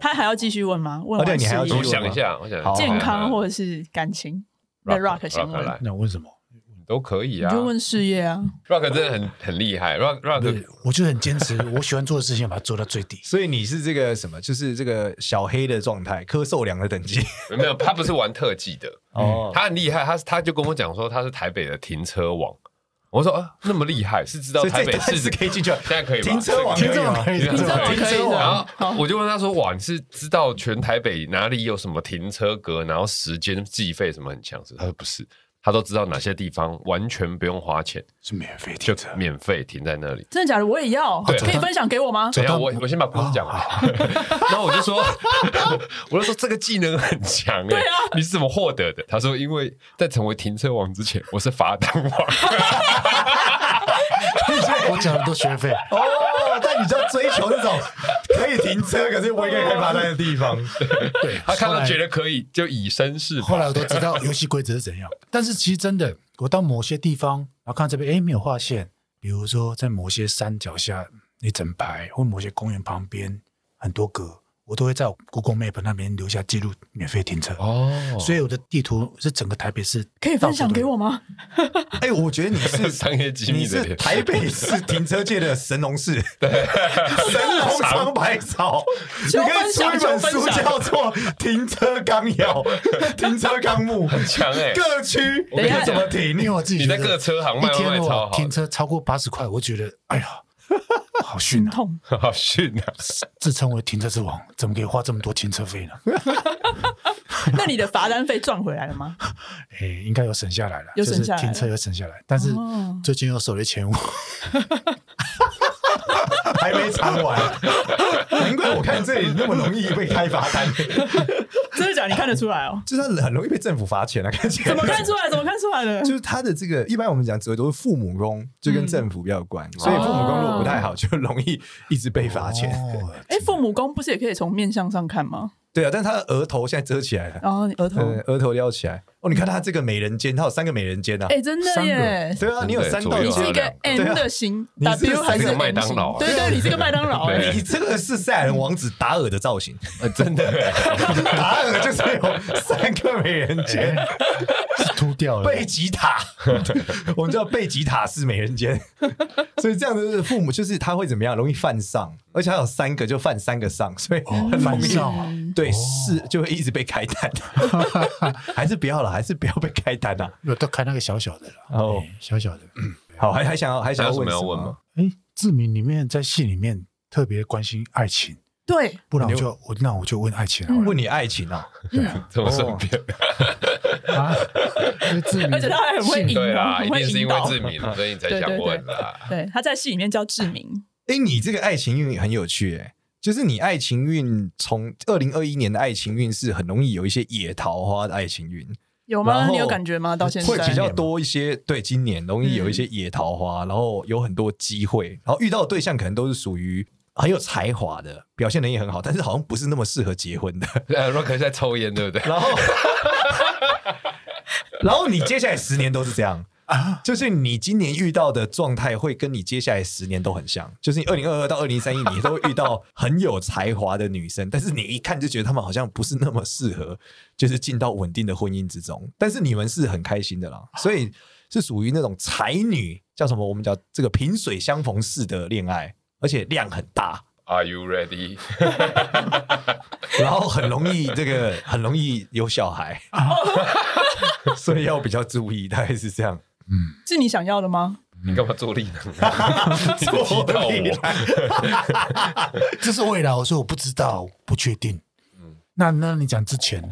[SPEAKER 1] 他还要继续问吗？问
[SPEAKER 3] 哦对
[SPEAKER 1] 完
[SPEAKER 3] 你
[SPEAKER 1] 事
[SPEAKER 3] 还要继
[SPEAKER 1] 业
[SPEAKER 3] 续问
[SPEAKER 4] 我
[SPEAKER 3] 哦
[SPEAKER 4] 想一下，我想一下
[SPEAKER 3] 好
[SPEAKER 1] 健康或者是感情那 Rock 先问，
[SPEAKER 4] 来
[SPEAKER 5] 那我问什么？
[SPEAKER 4] 都可以
[SPEAKER 1] 你
[SPEAKER 4] 啊。
[SPEAKER 1] 就问事业啊。
[SPEAKER 4] Rock 真的很很厉害，Rock
[SPEAKER 5] 不
[SPEAKER 4] Rock
[SPEAKER 5] 是，我就很坚持，我喜欢做的事情，把它做到最底。
[SPEAKER 3] 所以你是这个什么，就是这个小黑的状态，柯受良的等级
[SPEAKER 4] 没有，他不是玩特技的，
[SPEAKER 3] 哦。
[SPEAKER 4] 他很厉害，他他就跟我讲说他是台北的停车王。我说啊，那么厉害，是知道
[SPEAKER 3] 所以
[SPEAKER 4] 台
[SPEAKER 3] 这
[SPEAKER 4] 北市
[SPEAKER 3] 是可以进 去了，
[SPEAKER 4] 现在可以吧
[SPEAKER 3] 停车网，
[SPEAKER 4] 这个
[SPEAKER 3] 网
[SPEAKER 5] 可以
[SPEAKER 4] 停车网可以
[SPEAKER 3] 停车
[SPEAKER 1] 然
[SPEAKER 3] 网
[SPEAKER 1] 后。
[SPEAKER 4] 然后我就问他说：“哇，你是知道全台北哪里有什么停车格，然后时间计费什么很强势？”他说：“不是，他都知道哪些地方完全不用花钱，
[SPEAKER 5] 是免费
[SPEAKER 4] 就
[SPEAKER 5] 停车，
[SPEAKER 4] 免费停在那里。”
[SPEAKER 1] 真的假的？我也
[SPEAKER 3] 哦
[SPEAKER 1] 要，
[SPEAKER 4] 对
[SPEAKER 1] 可以分享给我吗？
[SPEAKER 4] 怎样？我我先把故事讲完， 然后我就说，我就说这个技能很强哎、
[SPEAKER 1] 啊
[SPEAKER 4] 你是怎么获得的？他说，因为在成为停车王之前，我是罚单王。
[SPEAKER 5] 我缴很多学费，
[SPEAKER 3] 哦，但你就要追求那种可以停车，可是我也可以开罚单的地方。
[SPEAKER 5] 对，
[SPEAKER 4] 他看
[SPEAKER 5] 后
[SPEAKER 4] 到
[SPEAKER 5] 来
[SPEAKER 4] 觉得可以，就以身试
[SPEAKER 5] 后
[SPEAKER 4] 法。
[SPEAKER 5] 来我都知道游戏规则是怎样。但是其实真的，我到某些地方，然后看这边哎没有划线，比如说在某些山脚下一整排，或某些公园旁边很多格，我都会在我 Google Map 那边留下记录免费停车。
[SPEAKER 4] 哦
[SPEAKER 5] 所以我的地图是整个台北市
[SPEAKER 1] 可以分享给我吗？
[SPEAKER 3] 哎，我觉得你
[SPEAKER 4] 以
[SPEAKER 3] 是
[SPEAKER 4] 商业机
[SPEAKER 3] 你
[SPEAKER 4] 密的
[SPEAKER 3] 是
[SPEAKER 4] 脸
[SPEAKER 3] 台北市停车界的神农 氏，神农尝百草。你
[SPEAKER 1] 求
[SPEAKER 3] 可
[SPEAKER 1] 分
[SPEAKER 3] 以出
[SPEAKER 1] 享
[SPEAKER 3] 一本
[SPEAKER 1] 求
[SPEAKER 3] 书
[SPEAKER 1] 分享
[SPEAKER 3] 叫做《停车纲要》《停车纲目》，很
[SPEAKER 4] 强 欸
[SPEAKER 3] 各区
[SPEAKER 4] 等一下
[SPEAKER 3] 要怎么停
[SPEAKER 5] 因？为我自己
[SPEAKER 4] 你在
[SPEAKER 5] 觉得
[SPEAKER 4] 各车行卖
[SPEAKER 5] 一天
[SPEAKER 4] 卖卖
[SPEAKER 5] 如
[SPEAKER 4] 超
[SPEAKER 5] 果
[SPEAKER 4] 好
[SPEAKER 5] 停车超过八十块，我觉得哎呀， 好逊啊！
[SPEAKER 1] 痛，
[SPEAKER 4] 好逊啊！
[SPEAKER 5] 自称为停车之王，怎么可以花这么多停 车费呢？
[SPEAKER 1] 那你的罚单费赚回来了吗？
[SPEAKER 5] 诶，哎应该有省下来了，
[SPEAKER 1] 有省下来
[SPEAKER 5] 就是停车有省下来，但是
[SPEAKER 1] 哦
[SPEAKER 5] 最近又手了 一千五，
[SPEAKER 3] 还没查完，难怪我看这里那么容易被开罚单。
[SPEAKER 1] 真的假的？你看得出来哦？
[SPEAKER 3] 就是他很容易被政府罚钱啊，看起来
[SPEAKER 1] 怎么看出来？怎么看出来的？
[SPEAKER 3] 就是他的这个，一般我们讲折都是父母宫，就跟政府比较有关，
[SPEAKER 1] 嗯
[SPEAKER 3] 所以父母宫如果不
[SPEAKER 1] 哦
[SPEAKER 3] 太好，就容易一直被罚钱。
[SPEAKER 5] 哦，
[SPEAKER 1] 哎，父母宫不是也可以从面相上看吗？
[SPEAKER 3] 对啊，但是他的额头现在遮起来了，
[SPEAKER 1] 然后你额头，
[SPEAKER 3] 对，额头撩起来。哦，你看他这个美人尖，他有三个美人尖啊。
[SPEAKER 1] 哎，真的耶！
[SPEAKER 3] 对啊，你有三道
[SPEAKER 4] 左
[SPEAKER 1] 你
[SPEAKER 4] 右
[SPEAKER 1] 是一
[SPEAKER 3] 尖，
[SPEAKER 1] 个
[SPEAKER 4] 对
[SPEAKER 1] M 的型
[SPEAKER 3] 你是
[SPEAKER 1] ，W 还是
[SPEAKER 4] 这个
[SPEAKER 1] M
[SPEAKER 4] 麦
[SPEAKER 1] 型？
[SPEAKER 4] 当劳啊
[SPEAKER 1] 对对，你是个麦当劳欸。
[SPEAKER 4] 对
[SPEAKER 3] 哎你这个是赛亚人王子达尔的造型，
[SPEAKER 4] 呃真的，
[SPEAKER 3] 达尔就是有三个美人
[SPEAKER 4] 哎
[SPEAKER 3] 尖，
[SPEAKER 5] 哎是秃掉 了，
[SPEAKER 3] 贝吉塔，我们知道贝吉塔是美人尖，所以这样的父母就是他会怎么样，容易犯上，而且还有三个就犯三个上，所以
[SPEAKER 4] 哦
[SPEAKER 3] 很容
[SPEAKER 5] 反
[SPEAKER 3] 易
[SPEAKER 5] 上啊，
[SPEAKER 3] 对，是就会一直被开单， 还是不要了，还是不要被开单啊！
[SPEAKER 5] 有都开那个小小的了，
[SPEAKER 3] 哦
[SPEAKER 5] 哦，小小的。
[SPEAKER 3] 好，还还想要还想
[SPEAKER 4] 还
[SPEAKER 3] 要
[SPEAKER 4] 有什
[SPEAKER 3] 问
[SPEAKER 4] 么要
[SPEAKER 3] 什
[SPEAKER 4] 问
[SPEAKER 3] 么
[SPEAKER 4] 吗？？
[SPEAKER 5] 哎，志明里面在戏里面特别关心爱情，
[SPEAKER 1] 对，
[SPEAKER 5] 不然我就我那我就问爱情好
[SPEAKER 1] 嗯
[SPEAKER 5] 了
[SPEAKER 3] 问你爱情啊？
[SPEAKER 4] 这么顺便，
[SPEAKER 5] 啊，因为志明，
[SPEAKER 1] 而且他还很会引
[SPEAKER 4] 对啊
[SPEAKER 1] 导，
[SPEAKER 4] 啦，一
[SPEAKER 1] 很会
[SPEAKER 4] 定是
[SPEAKER 1] 引
[SPEAKER 4] 因为
[SPEAKER 1] 导。
[SPEAKER 4] 志明，所以你才想问啦。
[SPEAKER 1] 对，他在戏里面叫志明，
[SPEAKER 3] 哎，你这个爱情运很有趣、欸，就是你爱情运从二零二一年的爱情运是很容易有一些野桃花的爱情运，
[SPEAKER 1] 有
[SPEAKER 3] 然
[SPEAKER 1] 吗？
[SPEAKER 3] 后
[SPEAKER 1] 你有感觉吗？到现在
[SPEAKER 3] 会比较多一些，对，今年容易有一些野桃
[SPEAKER 1] 嗯
[SPEAKER 3] 花，然后有很多机会，然后遇到的对象可能都是属于很有才华的，表现能力很好，但是好像不是那么适合结婚的。
[SPEAKER 4] 呃，Rock 在抽烟，对不对？
[SPEAKER 3] 然后，然后你接下来十年都是这样。就是你今年遇到的状态，会跟你接下来十年都很像。就是你二零二二到二零三一，你都会遇到很有才华的女生，但是你一看就觉得她们好像不是那么适合，就是进到稳定的婚姻之中。但是你们是很开心的啦，所以是属于那种才女，叫什么？我们叫这个萍水相逢式的恋爱，而且量很大。
[SPEAKER 4] Are you ready？
[SPEAKER 3] 然后很容易这个很容易有小孩， 所以要比较注意，大概是这样。
[SPEAKER 1] 是你想要的吗？
[SPEAKER 4] 你干嘛坐立难安？你提到我，
[SPEAKER 5] 这是未来，我说我不知道，不确定。那那你讲之前呢？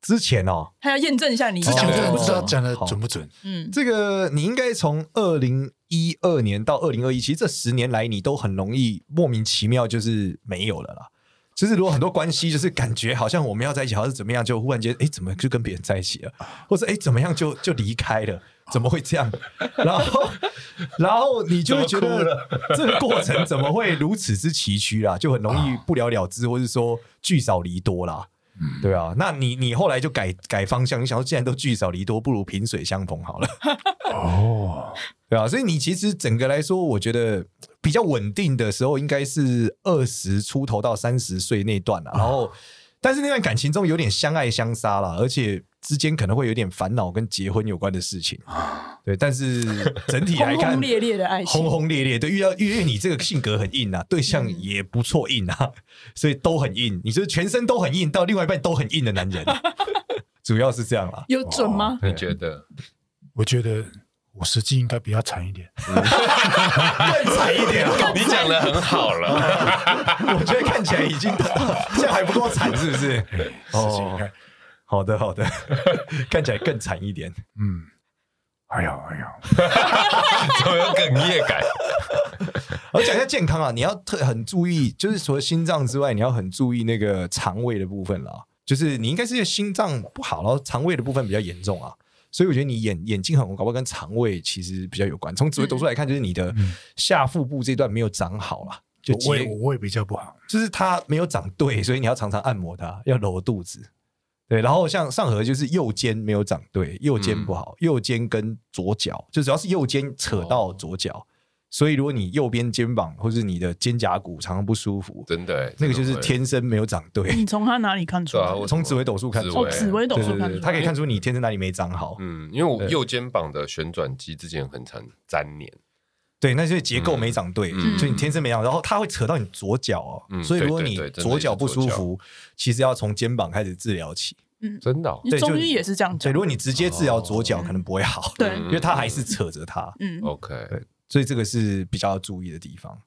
[SPEAKER 3] 之前哦，
[SPEAKER 1] 他要验证一下你
[SPEAKER 5] 之
[SPEAKER 1] 想
[SPEAKER 5] 前我
[SPEAKER 1] 的
[SPEAKER 5] 真的
[SPEAKER 1] 不
[SPEAKER 5] 不知道
[SPEAKER 1] 准。
[SPEAKER 5] 讲的准不准，
[SPEAKER 1] 嗯，
[SPEAKER 3] 这个你应该从二零一二年到二零二一，其实这十年来你都很容易莫名其妙就是没有了啦。就是如果很多关系，就是感觉好像我们要在一起，好像是怎么样，就忽然间，哎，怎么就跟别人在一起了，或者哎怎么样就就离开了，怎么会这样？然后， 然后你就会觉
[SPEAKER 4] 怎么哭
[SPEAKER 3] 得
[SPEAKER 4] 了
[SPEAKER 3] 这个过程怎么会如此之崎岖啦，就很容易不了了之，或是说聚少离多啦。对啊，那你你后来就改改方向，你想说既然都聚少离多，不如萍水相逢好了。
[SPEAKER 5] 哦，
[SPEAKER 3] 对啊，所以你其实整个来说，我觉得比较稳定的时候应该是二十出头到三十岁那段
[SPEAKER 1] 啊
[SPEAKER 3] 了、然后，但是那段感情中有点相爱相杀啦，而且之间可能会有点烦恼跟结婚有关的事情。对，但 是整体来
[SPEAKER 1] 轰
[SPEAKER 3] 看，
[SPEAKER 1] 啊轰烈烈的爱情，嗯
[SPEAKER 3] 轰轰烈烈，对，遇到遇见你这个性格很硬啊，对象也不错硬啊，所以都很硬，你就是全身都很硬，到另外一半都很硬 的男人，主要是这样啦。
[SPEAKER 1] 有准吗？
[SPEAKER 4] 你觉得？
[SPEAKER 5] 我觉得我实际应该比较惨一点。
[SPEAKER 3] 更惨一点啊！
[SPEAKER 4] 你讲的很好了，
[SPEAKER 3] 我觉得看起来已经这样还不够惨，是不 是？
[SPEAKER 5] 实际应该，
[SPEAKER 3] 好的，好的， 看起来更惨一点。
[SPEAKER 5] 嗯，哎呀哎呀，
[SPEAKER 4] 怎么有哽咽感？
[SPEAKER 3] 我讲一下健康啊，你要特很注意，就是除了心脏之外，你要很注意那个肠胃的部分啦。就是你应该是心脏不好，然后肠胃的部分比较严重啊。所以我觉得你眼眼睛很红，搞不好跟肠胃其实比较有关。从紫微斗数来看，就是你的下腹部这段没有长好啦，就
[SPEAKER 5] 我胃
[SPEAKER 3] 结
[SPEAKER 5] 我胃比较不好，
[SPEAKER 3] 就是它没有长对，所以你要常常按摩它，要揉肚子。对，然后像上颌就是右肩没有长对，右肩不好，
[SPEAKER 4] 嗯
[SPEAKER 3] 右肩跟左脚，就只要是右肩扯到左脚，
[SPEAKER 4] 哦
[SPEAKER 3] 所以如果你右边肩膀或是你的肩胛骨常常不舒服，
[SPEAKER 4] 真的，
[SPEAKER 3] 那个就是天生没有长对。
[SPEAKER 4] 嗯
[SPEAKER 1] 你从他哪里看出
[SPEAKER 4] 对
[SPEAKER 1] 来
[SPEAKER 4] 啊，？我
[SPEAKER 3] 从紫微斗数看出
[SPEAKER 1] 哦，
[SPEAKER 3] 来，
[SPEAKER 4] 对
[SPEAKER 1] 紫微斗
[SPEAKER 3] 对
[SPEAKER 1] 数
[SPEAKER 3] 对
[SPEAKER 1] 看
[SPEAKER 3] 对，
[SPEAKER 1] 出
[SPEAKER 3] 它可以
[SPEAKER 1] 来。
[SPEAKER 3] 看出你天生哪里没长好。
[SPEAKER 4] 嗯，因为我
[SPEAKER 3] 对
[SPEAKER 4] 右肩膀的旋转肌之前很常粘黏，
[SPEAKER 3] 对，那就是结构没长对，
[SPEAKER 4] 嗯
[SPEAKER 3] 所以你天生没长。然后它会扯到你左脚哦，
[SPEAKER 4] 嗯
[SPEAKER 3] 所以如果你
[SPEAKER 4] 对对对真的
[SPEAKER 3] 左脚不舒
[SPEAKER 4] 是
[SPEAKER 3] 服，其实要从肩膀开始治疗起。
[SPEAKER 4] 真的哦。
[SPEAKER 1] 你
[SPEAKER 3] 对就
[SPEAKER 1] 中医也是这样
[SPEAKER 3] 所
[SPEAKER 1] 讲
[SPEAKER 3] 以如，果你直接治
[SPEAKER 4] 哦
[SPEAKER 3] 疗左脚，
[SPEAKER 4] 嗯
[SPEAKER 3] 可能不会好。
[SPEAKER 1] 对
[SPEAKER 3] 因为它还是扯着它，
[SPEAKER 1] 嗯，
[SPEAKER 4] OK，
[SPEAKER 3] 所以这个是比较要注意的地方。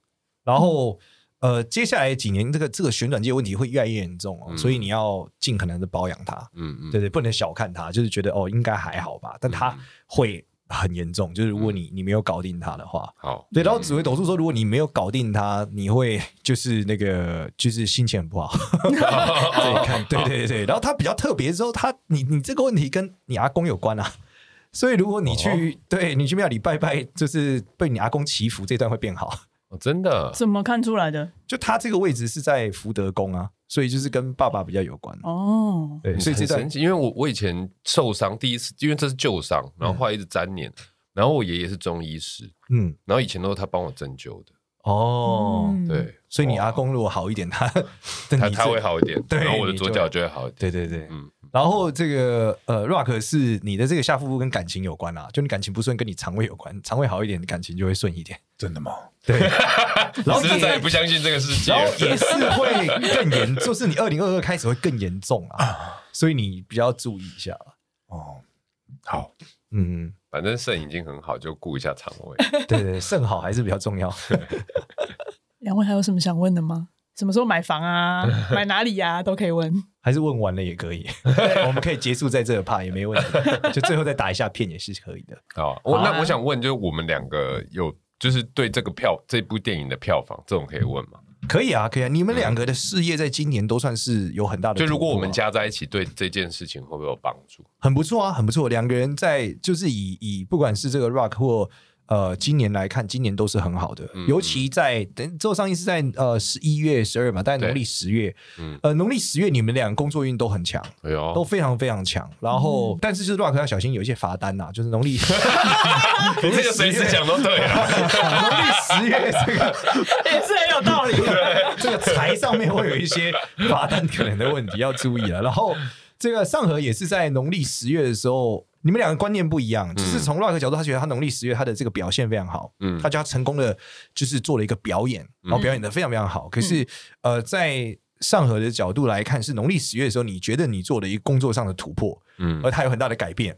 [SPEAKER 3] 然后，呃，接下来几年这个这个旋转界问题会越来越严重哦，
[SPEAKER 4] 嗯
[SPEAKER 3] 所以你要尽可能的保养它，
[SPEAKER 4] 嗯嗯，嗯
[SPEAKER 3] 对对，不能小看它，就是觉得哦应该还好吧，但它会很严重，就是如果你你没有搞定他的话，
[SPEAKER 4] 好，
[SPEAKER 3] 对。然后紫微斗数说，如果你没有搞定他，你会 就是那个就是心情很不好。
[SPEAKER 4] 嗯
[SPEAKER 3] 对，
[SPEAKER 4] 哦
[SPEAKER 3] 看，对对对。然后他比较特别之后，他你你这个问题跟你阿公有关啊。 所以如果你去、
[SPEAKER 4] 哦
[SPEAKER 3] 对你去庙里拜拜，就是被你阿公祈福这段会变好。
[SPEAKER 4] 哦真的
[SPEAKER 1] 怎么看出来的？
[SPEAKER 3] 就他这个位置是在福德宫啊，所以就是跟爸爸比较有关。
[SPEAKER 1] 哦，
[SPEAKER 3] 对，所以这
[SPEAKER 4] 很
[SPEAKER 3] 段
[SPEAKER 4] 神奇，因为我我以前受伤第一次，因为这是旧伤，然后后来一直粘连，然后我爷爷是中医师，
[SPEAKER 3] 嗯
[SPEAKER 4] 然后以前都是他帮我针灸的，
[SPEAKER 3] 哦，
[SPEAKER 2] 嗯，
[SPEAKER 4] 对，
[SPEAKER 3] 所以你阿公如果好一点，他
[SPEAKER 4] 他
[SPEAKER 3] 他
[SPEAKER 4] 哦他会好一点，
[SPEAKER 3] 对
[SPEAKER 4] 然后我的
[SPEAKER 3] 你
[SPEAKER 4] 左
[SPEAKER 3] 就
[SPEAKER 4] 脚就会好一点，
[SPEAKER 3] 对对对，
[SPEAKER 4] 嗯
[SPEAKER 3] 然后这个呃，rock 是你的这个下腹部跟感情有关啦、啊就你感情不顺，跟你肠胃有关，肠胃好一点，感情就会顺一点。
[SPEAKER 5] 真的吗？
[SPEAKER 4] 你
[SPEAKER 3] 然后
[SPEAKER 4] 是不是再也
[SPEAKER 3] 也
[SPEAKER 4] 不相信这个世界
[SPEAKER 3] 然
[SPEAKER 4] 了
[SPEAKER 3] 后？也是会更严，就是你二零二二开始会更严重啊，所以你比较注意一下啦。
[SPEAKER 5] 哦，好，
[SPEAKER 3] 嗯，
[SPEAKER 4] 反正肾已经很好，就顾一下肠 胃。
[SPEAKER 3] 对对对，肾好还是比较重要。
[SPEAKER 1] 两位还有什么想问的吗？什么时候买房啊？买哪里呀、都可以问。
[SPEAKER 3] 还是问完了也可以，我们可以结束在这个趴也没 问题，就最后再打一下片也是可以的。
[SPEAKER 4] 好，我
[SPEAKER 1] 好啊
[SPEAKER 4] 那我想问，就是我们两个有，就是对这个票这部电影的票房，这种可以问吗？
[SPEAKER 3] 可以啊，可以啊，你们两个的事业在今年都算是有很大的突破啊，
[SPEAKER 4] 就如果我们加在一起，对这件事情会不会有帮助？
[SPEAKER 3] 很不错啊，很不错，两个人在就是以以不管是这个 rock 或呃今年来看，今年都是很好的，
[SPEAKER 4] 嗯
[SPEAKER 3] 尤其在等之后上映是在呃十一月十二嘛，但农历十月，
[SPEAKER 4] 嗯
[SPEAKER 3] 呃农历十月你们俩工作运都很强，
[SPEAKER 4] 哎
[SPEAKER 3] 都
[SPEAKER 4] 呦，
[SPEAKER 3] 非常非常强，然后、但是就是 rock 要小心有一些罚单呐、就是 农历。
[SPEAKER 4] 你这个随时讲都对啊。
[SPEAKER 3] 农历十月这个
[SPEAKER 1] 也是很有道理。
[SPEAKER 3] 这个财上面会有一些罚单可能的问题要注意了。然后这个上河也是在农历十月的时候，你们两个观念不一样，就是从 Rock 角度，他觉得他农历十月他的这个表现非常好，
[SPEAKER 4] 嗯
[SPEAKER 3] 他，就他成功的就是做了一个表演，然后表演的非常非常好。可是呃，在上河的角度来看，是农历十月的时候，你觉得你做了一个工作上的突破，
[SPEAKER 4] 嗯
[SPEAKER 3] 而，它有很大的改变。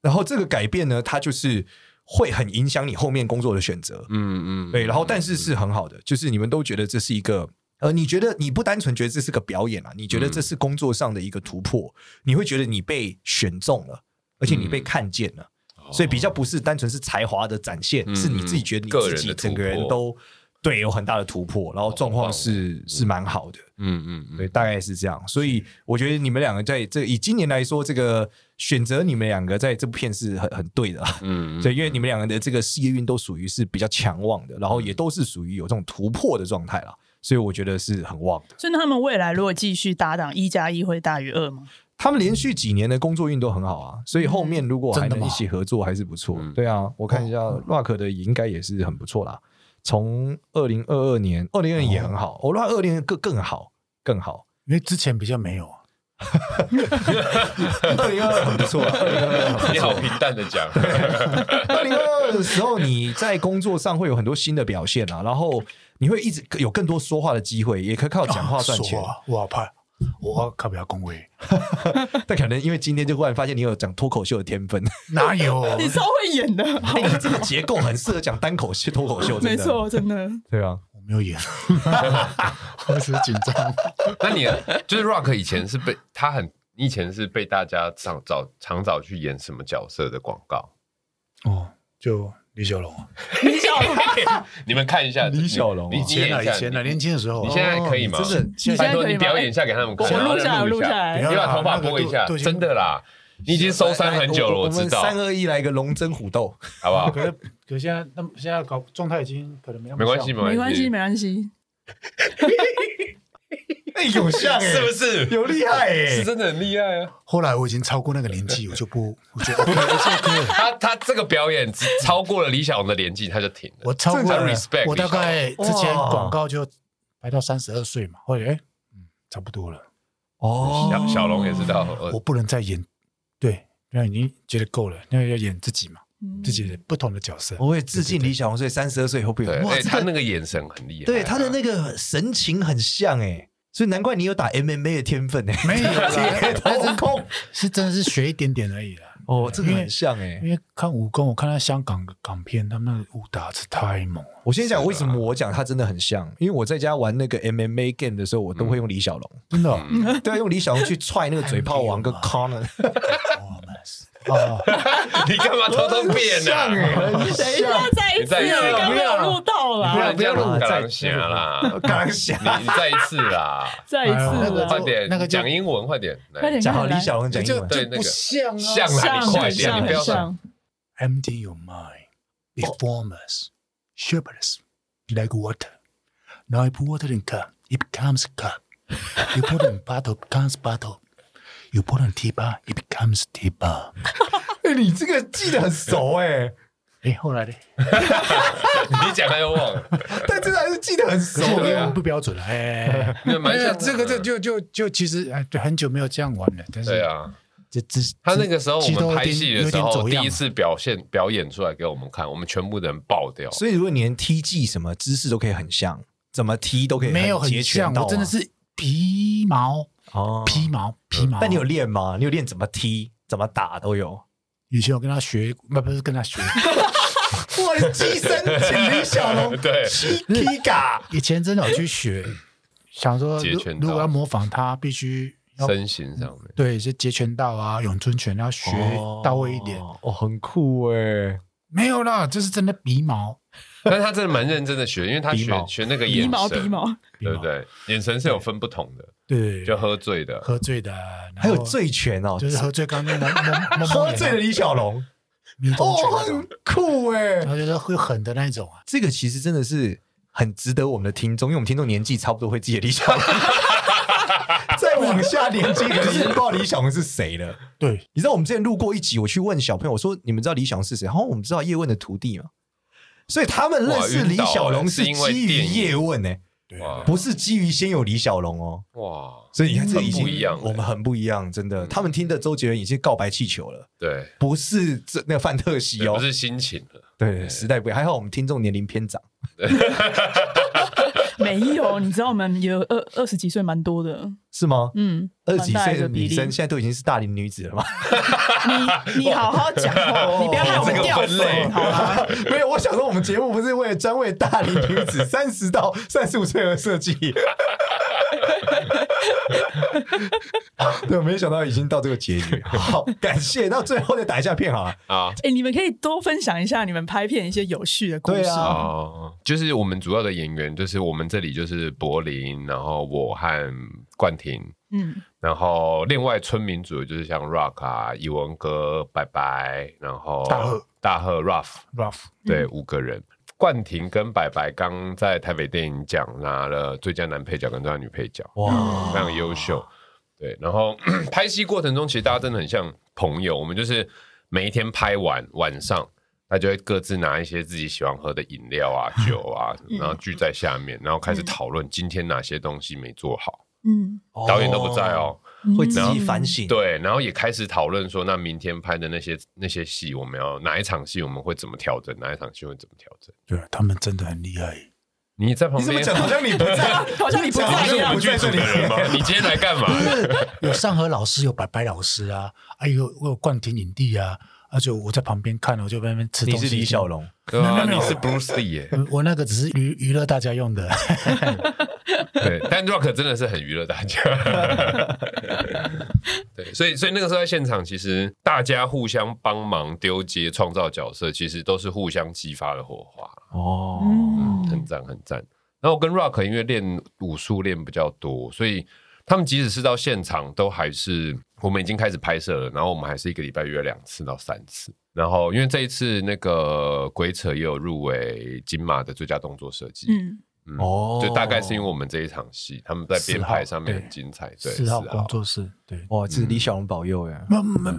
[SPEAKER 3] 然后这个改变呢，它就是会很影响你后面工作的选择。
[SPEAKER 4] 嗯嗯，
[SPEAKER 3] 对，然后但是是很好的，就是你们都觉得这是一个。呃，你觉得你不单纯觉得这是个表演啊，你觉得这是工作上的一个突破，你会觉得你被选中了，而且你被看见了，所以比较不是单纯是才华的展现，
[SPEAKER 4] 哦嗯
[SPEAKER 3] 是你自己觉得
[SPEAKER 4] 个
[SPEAKER 3] 你
[SPEAKER 4] 人
[SPEAKER 3] 自己
[SPEAKER 4] 的突
[SPEAKER 3] 整个人
[SPEAKER 4] 破
[SPEAKER 3] 都对有很大的突破，然后状况是、是蛮好的。
[SPEAKER 4] 嗯嗯嗯，
[SPEAKER 3] 对，大概是这样。所以我觉得你们两个在这以今年来说，这个选择你们两个在这部片是很很对的、啊。
[SPEAKER 4] 嗯，
[SPEAKER 3] 对，因为你们两个的这个事业运都属于是比较强旺的，然后也都是属于有这种突破的状态啦，所以我觉得是很旺的。
[SPEAKER 1] 所以那他们未来如果继续搭档，一加一会大于二吗？
[SPEAKER 3] 他们连续几年的工作运都很好啊，所以后面如果还
[SPEAKER 5] 真的
[SPEAKER 3] 能
[SPEAKER 5] 吗
[SPEAKER 3] 一起合作还是不错
[SPEAKER 4] 嗯。哦
[SPEAKER 3] 对啊，我看一下 Rock 的也应该也是很不错啦。从二零二二年，二零二也很好，
[SPEAKER 4] 哦
[SPEAKER 3] 我 Rock 二零更更好，更好。
[SPEAKER 5] 因为之前比较没有啊，
[SPEAKER 3] 二零二二很不错啊，二零二二很不错
[SPEAKER 4] 你好平淡的讲，
[SPEAKER 3] 二零二二的时候，你在工作上会有很多新的表现啊，然后你会一直有更多说话的机会，也可以靠讲哦话赚
[SPEAKER 4] 哦
[SPEAKER 3] 钱
[SPEAKER 5] 说。啊我好怕，我靠不要恭维，
[SPEAKER 3] 但可能因为今天就忽然发现你有讲脱口秀的天 分，
[SPEAKER 5] 哪有？
[SPEAKER 1] 你超会演的，
[SPEAKER 3] 哎你这个结构很适合讲单口秀、脱口秀，真
[SPEAKER 1] 没
[SPEAKER 3] 的，
[SPEAKER 1] 错，真的。
[SPEAKER 3] 对啊。
[SPEAKER 5] 我没有演，我只是紧张。
[SPEAKER 4] 那你就是 Rock 以前是被他很，你以前是被大家常找常找去演什么角色的广告？
[SPEAKER 5] 哦，就李小龙啊，
[SPEAKER 1] 你想，
[SPEAKER 4] 你们看一下
[SPEAKER 3] 李小龙啊
[SPEAKER 4] 你
[SPEAKER 5] 以
[SPEAKER 4] 你演
[SPEAKER 5] 前啊，
[SPEAKER 4] 一下
[SPEAKER 5] 以前啊，年轻的时候，
[SPEAKER 4] 你现在可以吗
[SPEAKER 3] 哦你真的现
[SPEAKER 4] 拜
[SPEAKER 1] 在
[SPEAKER 4] 托
[SPEAKER 1] 可以
[SPEAKER 4] 你
[SPEAKER 1] 吗
[SPEAKER 4] 表演一下给他们看，
[SPEAKER 1] 我录
[SPEAKER 4] 下
[SPEAKER 1] 下来，录下
[SPEAKER 4] 下
[SPEAKER 1] 来
[SPEAKER 5] 不
[SPEAKER 4] 哎你把
[SPEAKER 5] 要啦
[SPEAKER 4] 头发
[SPEAKER 5] 那个
[SPEAKER 4] 拨一
[SPEAKER 5] 都
[SPEAKER 4] 下
[SPEAKER 5] 都，已经
[SPEAKER 4] 真的啦，你已经收山很久了，
[SPEAKER 3] 哎我
[SPEAKER 4] 知道，
[SPEAKER 3] 三二一来一个龙争虎斗，
[SPEAKER 4] 好不好？
[SPEAKER 5] 可是可是现在那么现在搞状态已经可能没那么
[SPEAKER 4] 没关系，
[SPEAKER 5] 像
[SPEAKER 1] 没关
[SPEAKER 4] 关
[SPEAKER 1] 系，没关系。
[SPEAKER 3] 哎，有像
[SPEAKER 4] 是不
[SPEAKER 3] 哎，
[SPEAKER 4] 是？
[SPEAKER 3] 有厉害
[SPEAKER 4] 是
[SPEAKER 3] 哎，
[SPEAKER 4] 真的很厉害啊！
[SPEAKER 5] 后来我已经超过那个年纪，我 就不，我觉得 OK，而且可以，
[SPEAKER 4] 他他这个表演只超过了李小龙的年纪，他就停了。
[SPEAKER 5] 我超过
[SPEAKER 4] 正常
[SPEAKER 5] 了
[SPEAKER 4] respect，
[SPEAKER 5] 我大概之前
[SPEAKER 3] 哇
[SPEAKER 5] 广告就排到三十二岁嘛，后来哎，嗯，差不多了，
[SPEAKER 3] 哦
[SPEAKER 4] 小小龙也是到呃
[SPEAKER 5] 我不能再演，对，那已经觉得够了，因为要演自己嘛，
[SPEAKER 1] 嗯
[SPEAKER 5] 自己的不同的角色。
[SPEAKER 4] 哦
[SPEAKER 3] 我也致敬李小龙，所以三十二岁以后不有
[SPEAKER 4] 对，
[SPEAKER 3] 哇，
[SPEAKER 4] 哎
[SPEAKER 3] 这
[SPEAKER 4] 他
[SPEAKER 3] 个
[SPEAKER 4] 那个眼神很厉害啊，
[SPEAKER 3] 对他的那个神情很像哎、所以难怪你有打 MMA 的天分哎、欸，
[SPEAKER 5] 没有啦，但
[SPEAKER 3] 头
[SPEAKER 5] 是
[SPEAKER 3] 控
[SPEAKER 5] 是真的是学一点点而已啦。
[SPEAKER 3] 哦，这个很像
[SPEAKER 4] 嗯
[SPEAKER 3] 哎、
[SPEAKER 5] 因为看武功，我看到香港的港片，他们那个武打是太猛了。
[SPEAKER 3] 我先讲为
[SPEAKER 4] 啊
[SPEAKER 3] 什么我讲他真的很像，因为我在家玩那个 MMA game 的时候，我都会用李 小龙，
[SPEAKER 4] 嗯
[SPEAKER 5] 真的哦、
[SPEAKER 3] 哎
[SPEAKER 5] 哦
[SPEAKER 3] 对啊，用李小龙去踹那个嘴炮王跟 Connor，
[SPEAKER 5] 哇，妈死啊，
[SPEAKER 4] 你干嘛偷偷变啊
[SPEAKER 5] 欸
[SPEAKER 4] 呢、
[SPEAKER 3] 很
[SPEAKER 1] 等一
[SPEAKER 3] 啊
[SPEAKER 1] 下再一
[SPEAKER 4] 你
[SPEAKER 1] 次，啊
[SPEAKER 4] 再一次
[SPEAKER 1] 刚没有录到
[SPEAKER 4] 啊？不
[SPEAKER 1] 啦，
[SPEAKER 4] 然这样
[SPEAKER 3] 不要
[SPEAKER 4] 录
[SPEAKER 3] 再
[SPEAKER 4] 港侠啦，
[SPEAKER 3] 刚想
[SPEAKER 4] 你你再一次啦，
[SPEAKER 1] 再一次 啊
[SPEAKER 5] 哎呦那个
[SPEAKER 1] 啦
[SPEAKER 5] 就
[SPEAKER 4] 快点，
[SPEAKER 5] 那个就
[SPEAKER 4] 讲英文，快点，来
[SPEAKER 1] 快点
[SPEAKER 3] 讲好
[SPEAKER 1] 快点
[SPEAKER 3] 李小龙讲英
[SPEAKER 5] 就
[SPEAKER 3] 文，
[SPEAKER 4] 对
[SPEAKER 5] 就
[SPEAKER 4] 那个
[SPEAKER 5] 不像啊，
[SPEAKER 4] 像啊
[SPEAKER 1] 像
[SPEAKER 4] 你快
[SPEAKER 1] 很
[SPEAKER 4] 点
[SPEAKER 1] 像
[SPEAKER 4] 你不要
[SPEAKER 1] 很像，
[SPEAKER 5] empty your mind. Inform us, shepherd us, like water. Now you put water in cup, it becomes cup. You put in bottle, becomes bottle. You put in teapot, it becomes teapot.
[SPEAKER 3] 哎你这个记得很熟 哎，
[SPEAKER 5] 哎，后来呢？
[SPEAKER 4] 你讲他又忘 了，
[SPEAKER 3] 但这还是记得很熟
[SPEAKER 5] 可是我
[SPEAKER 3] 哎
[SPEAKER 5] 英文不标准了，哎，
[SPEAKER 4] 那 蛮像的
[SPEAKER 5] 这个这就就就其实哎，对，很久没有这样玩了，但是
[SPEAKER 4] 对，啊。
[SPEAKER 5] 这这
[SPEAKER 4] 他那个时候我
[SPEAKER 5] 其实都
[SPEAKER 4] 们
[SPEAKER 5] 有
[SPEAKER 4] 拍
[SPEAKER 5] 点
[SPEAKER 4] 戏的
[SPEAKER 5] 有
[SPEAKER 4] 时
[SPEAKER 5] 点
[SPEAKER 4] 候，
[SPEAKER 5] 走
[SPEAKER 4] 第
[SPEAKER 5] 样
[SPEAKER 4] 一
[SPEAKER 5] 了
[SPEAKER 4] 次表现表演出来给我们看，我们全部的人爆掉。
[SPEAKER 5] 哦
[SPEAKER 3] 所以如果你连踢技什么姿势都可以很像，怎么踢都可以
[SPEAKER 5] 没有
[SPEAKER 3] 截
[SPEAKER 5] 很
[SPEAKER 3] 拳
[SPEAKER 5] 像，
[SPEAKER 3] 道
[SPEAKER 5] 我真的
[SPEAKER 3] 啊
[SPEAKER 5] 是皮毛
[SPEAKER 3] 哦
[SPEAKER 5] 皮毛皮毛。
[SPEAKER 3] 但你有练吗？你有练怎么踢、怎么打都有。
[SPEAKER 5] 以前我跟他学，不不是跟他学，
[SPEAKER 3] 哇，你机身李小龙
[SPEAKER 4] 对
[SPEAKER 3] 踢踢嘎，
[SPEAKER 5] 以前真的有去学，想说
[SPEAKER 4] 截
[SPEAKER 5] 如
[SPEAKER 4] 拳道
[SPEAKER 5] 如果要模仿他，必须要
[SPEAKER 4] 身形上面，
[SPEAKER 5] 对是截拳道啊、咏春拳要学到位一点。
[SPEAKER 3] 哦，很酷哎！
[SPEAKER 5] 没有啦，这是真的鼻毛，
[SPEAKER 4] 但他真的蛮认真的学，因为他
[SPEAKER 3] 鼻
[SPEAKER 4] 学
[SPEAKER 3] 毛
[SPEAKER 4] 学那个眼
[SPEAKER 1] 鼻
[SPEAKER 4] 神，
[SPEAKER 1] 毛鼻毛，
[SPEAKER 5] 鼻
[SPEAKER 4] 对
[SPEAKER 5] 毛
[SPEAKER 4] 不对？眼神是有分不同的，
[SPEAKER 5] 对，
[SPEAKER 4] 就喝醉的，
[SPEAKER 5] 喝醉的，然后
[SPEAKER 3] 还有醉拳哦，
[SPEAKER 5] 就是喝醉刚刚那摸摸
[SPEAKER 3] 喝醉的李小龙，
[SPEAKER 5] 迷踪拳
[SPEAKER 3] 哦，
[SPEAKER 5] 那种
[SPEAKER 3] 很，酷哎
[SPEAKER 5] 然！后就是会狠的那一种啊。
[SPEAKER 3] 这个其实真的是很值得我们的听众，因为我们听众年纪差不多会记得李小龙， 再往下年纪可能已经不知道李小龙是谁了。
[SPEAKER 5] 对，
[SPEAKER 3] 你知道我们之前录过一集，我去问小朋友，我说你们知道李小龙是谁？然后我们知道叶问的徒弟嘛，所以他们认识李小龙是
[SPEAKER 4] 哇
[SPEAKER 3] 基
[SPEAKER 4] 晕
[SPEAKER 3] 于
[SPEAKER 4] 倒欸是因为电影
[SPEAKER 3] 叶问呢、
[SPEAKER 5] 对
[SPEAKER 4] 哇
[SPEAKER 3] 不是基于先有李小龙哦。
[SPEAKER 4] 哇，
[SPEAKER 3] 所以你看，这已
[SPEAKER 4] 很
[SPEAKER 3] 经
[SPEAKER 4] 不一样欸
[SPEAKER 3] 我们很不一样，真的。
[SPEAKER 4] 嗯
[SPEAKER 3] 他们听的周杰伦已经告白气球了，
[SPEAKER 4] 对，
[SPEAKER 3] 不是这那个范特西
[SPEAKER 4] 也
[SPEAKER 3] 哦
[SPEAKER 4] 不，是心情了，
[SPEAKER 3] 对，时代不一样。还好我们听众年龄偏长，
[SPEAKER 1] 没有，你知道我们有二二十几岁蛮多的，
[SPEAKER 3] 是吗？
[SPEAKER 1] 嗯，
[SPEAKER 3] 二十几
[SPEAKER 1] 蛮大
[SPEAKER 3] 岁
[SPEAKER 1] 一
[SPEAKER 3] 的
[SPEAKER 1] 个比
[SPEAKER 3] 女
[SPEAKER 1] 例
[SPEAKER 3] 生现在都已经是大龄女子了嘛？
[SPEAKER 1] 你你好好讲哦话， 你不要害我们掉
[SPEAKER 4] 这个分类
[SPEAKER 1] 哎粉，好 吗？
[SPEAKER 3] 没有，我想说我们节目不是为了专为大龄 女子三十到三十五岁而设计。对，没想到已经到这个结局。好，感谢。那最后再打一下片好了。
[SPEAKER 4] 啊。
[SPEAKER 1] 哎，你们可以多分享一下你们拍片一些有趣的故
[SPEAKER 3] 对
[SPEAKER 1] 事。
[SPEAKER 3] 啊
[SPEAKER 4] 哦，就是我们主要的演员，就是我们这里就是柏林，然后我和冠廷，
[SPEAKER 1] 嗯，
[SPEAKER 4] 然后另外村民组就是像 Rock 啊、一文哥、拜拜，然后
[SPEAKER 5] 大贺、嗯
[SPEAKER 4] 大贺 Ruff，
[SPEAKER 5] rough
[SPEAKER 4] 对，五个人。冠廷跟白白刚在台北电影奖拿了最佳男配角跟最佳女配角，
[SPEAKER 3] 哇
[SPEAKER 4] 非常优秀。对，然后 拍戏过程中，其实大家真的很像朋友，我们就是每一天拍完晚上，大家就会各自拿一些自己喜欢喝的饮 料啊、酒啊，
[SPEAKER 3] 嗯
[SPEAKER 4] 然后聚在下面，然后开始讨论今天哪些东西没做好，
[SPEAKER 1] 嗯，
[SPEAKER 4] 导演都不在哦，
[SPEAKER 3] 哦，会自己反省。
[SPEAKER 4] 对，然后也开始讨论说，那明天拍的那些那些戏，我们要哪一场戏我们会怎么调整，哪一场戏会怎么调整。
[SPEAKER 5] 对啊，他们真的很厉害。
[SPEAKER 4] 你在旁
[SPEAKER 3] 你怎么
[SPEAKER 4] 边
[SPEAKER 3] 讲？好像你不在，
[SPEAKER 1] 好像你不
[SPEAKER 3] 好
[SPEAKER 1] 在
[SPEAKER 3] 像
[SPEAKER 1] 一
[SPEAKER 3] 我
[SPEAKER 1] 样
[SPEAKER 3] 不。在这里。
[SPEAKER 4] 人吗？你今天来干嘛？
[SPEAKER 5] 有上河老师，有白白老师啊，还有我有冠廷影帝啊，而且我在旁边看，我就在那边吃
[SPEAKER 3] 你
[SPEAKER 5] 东西。
[SPEAKER 3] 是李小龙，
[SPEAKER 4] 对啊，你是 Bruce Lee 耶。
[SPEAKER 5] 我我那个只是娱娱乐大家用的，
[SPEAKER 4] 对，但 Rock 真的是很娱乐大家。对，所以所以那个时候在现场，其实大家互相帮忙丢接，创造角色，其实都是互相激发的火花，
[SPEAKER 3] 哦
[SPEAKER 1] 嗯
[SPEAKER 4] 很赞很赞。然后我跟 Rock 因为练武术练比较多，所以他们即使是到现场，都还是我们已经开始拍摄了，然后我们还是一个礼拜约两次到三次。然后因为这一次那个鬼扯也有入围金马的最佳动作设计，
[SPEAKER 1] 嗯，
[SPEAKER 4] 嗯
[SPEAKER 3] 哦
[SPEAKER 4] 就大概是因为我们这一场戏，他们在编排上面很精彩，对，
[SPEAKER 5] 四号
[SPEAKER 4] 4
[SPEAKER 5] 工作室，对。
[SPEAKER 3] 哇，哦
[SPEAKER 4] 嗯
[SPEAKER 3] 这是李小龙保佑哎。
[SPEAKER 5] 没没没，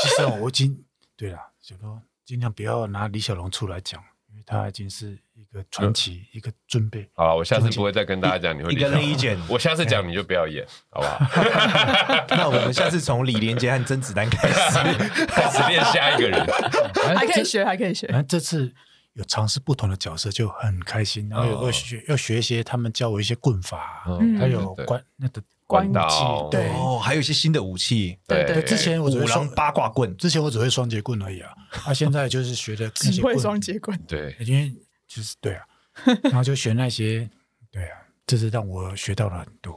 [SPEAKER 5] 其实哦我已经对了，想说尽量不要拿李小龙出来讲，因为他已经是一个传奇，一个尊辈。
[SPEAKER 4] 好了，我下次不会再跟大家讲你会
[SPEAKER 3] 一个
[SPEAKER 4] 理解
[SPEAKER 3] legend
[SPEAKER 4] 我下次讲你就不要演，好不好？
[SPEAKER 3] 那我们下次从李连杰和甄子丹开始。
[SPEAKER 4] 开始练下一个人，
[SPEAKER 1] 还可以
[SPEAKER 5] 这
[SPEAKER 1] 学，还可以学
[SPEAKER 5] 反。正这次有尝试不同的角色，就很开心。然后有
[SPEAKER 4] 哦
[SPEAKER 5] 要学，要学一些他们教我一些棍法，
[SPEAKER 1] 嗯
[SPEAKER 5] 还有
[SPEAKER 4] 对
[SPEAKER 5] 关那个
[SPEAKER 4] 关
[SPEAKER 5] 刀
[SPEAKER 4] 刀，
[SPEAKER 5] 对
[SPEAKER 3] 哦，还有一些新的武器，
[SPEAKER 1] 对对
[SPEAKER 5] 对，之前我只
[SPEAKER 3] 五
[SPEAKER 5] 会
[SPEAKER 3] 郎
[SPEAKER 5] 双，
[SPEAKER 3] 八卦棍。
[SPEAKER 5] 之前我只会双节棍而已啊，啊，现在就是学的那
[SPEAKER 1] 只
[SPEAKER 5] 些
[SPEAKER 1] 会
[SPEAKER 5] 棍
[SPEAKER 1] 双节棍，
[SPEAKER 4] 对
[SPEAKER 5] 因为就是对啊，然后就学那些，对啊，这是让我学到了很多。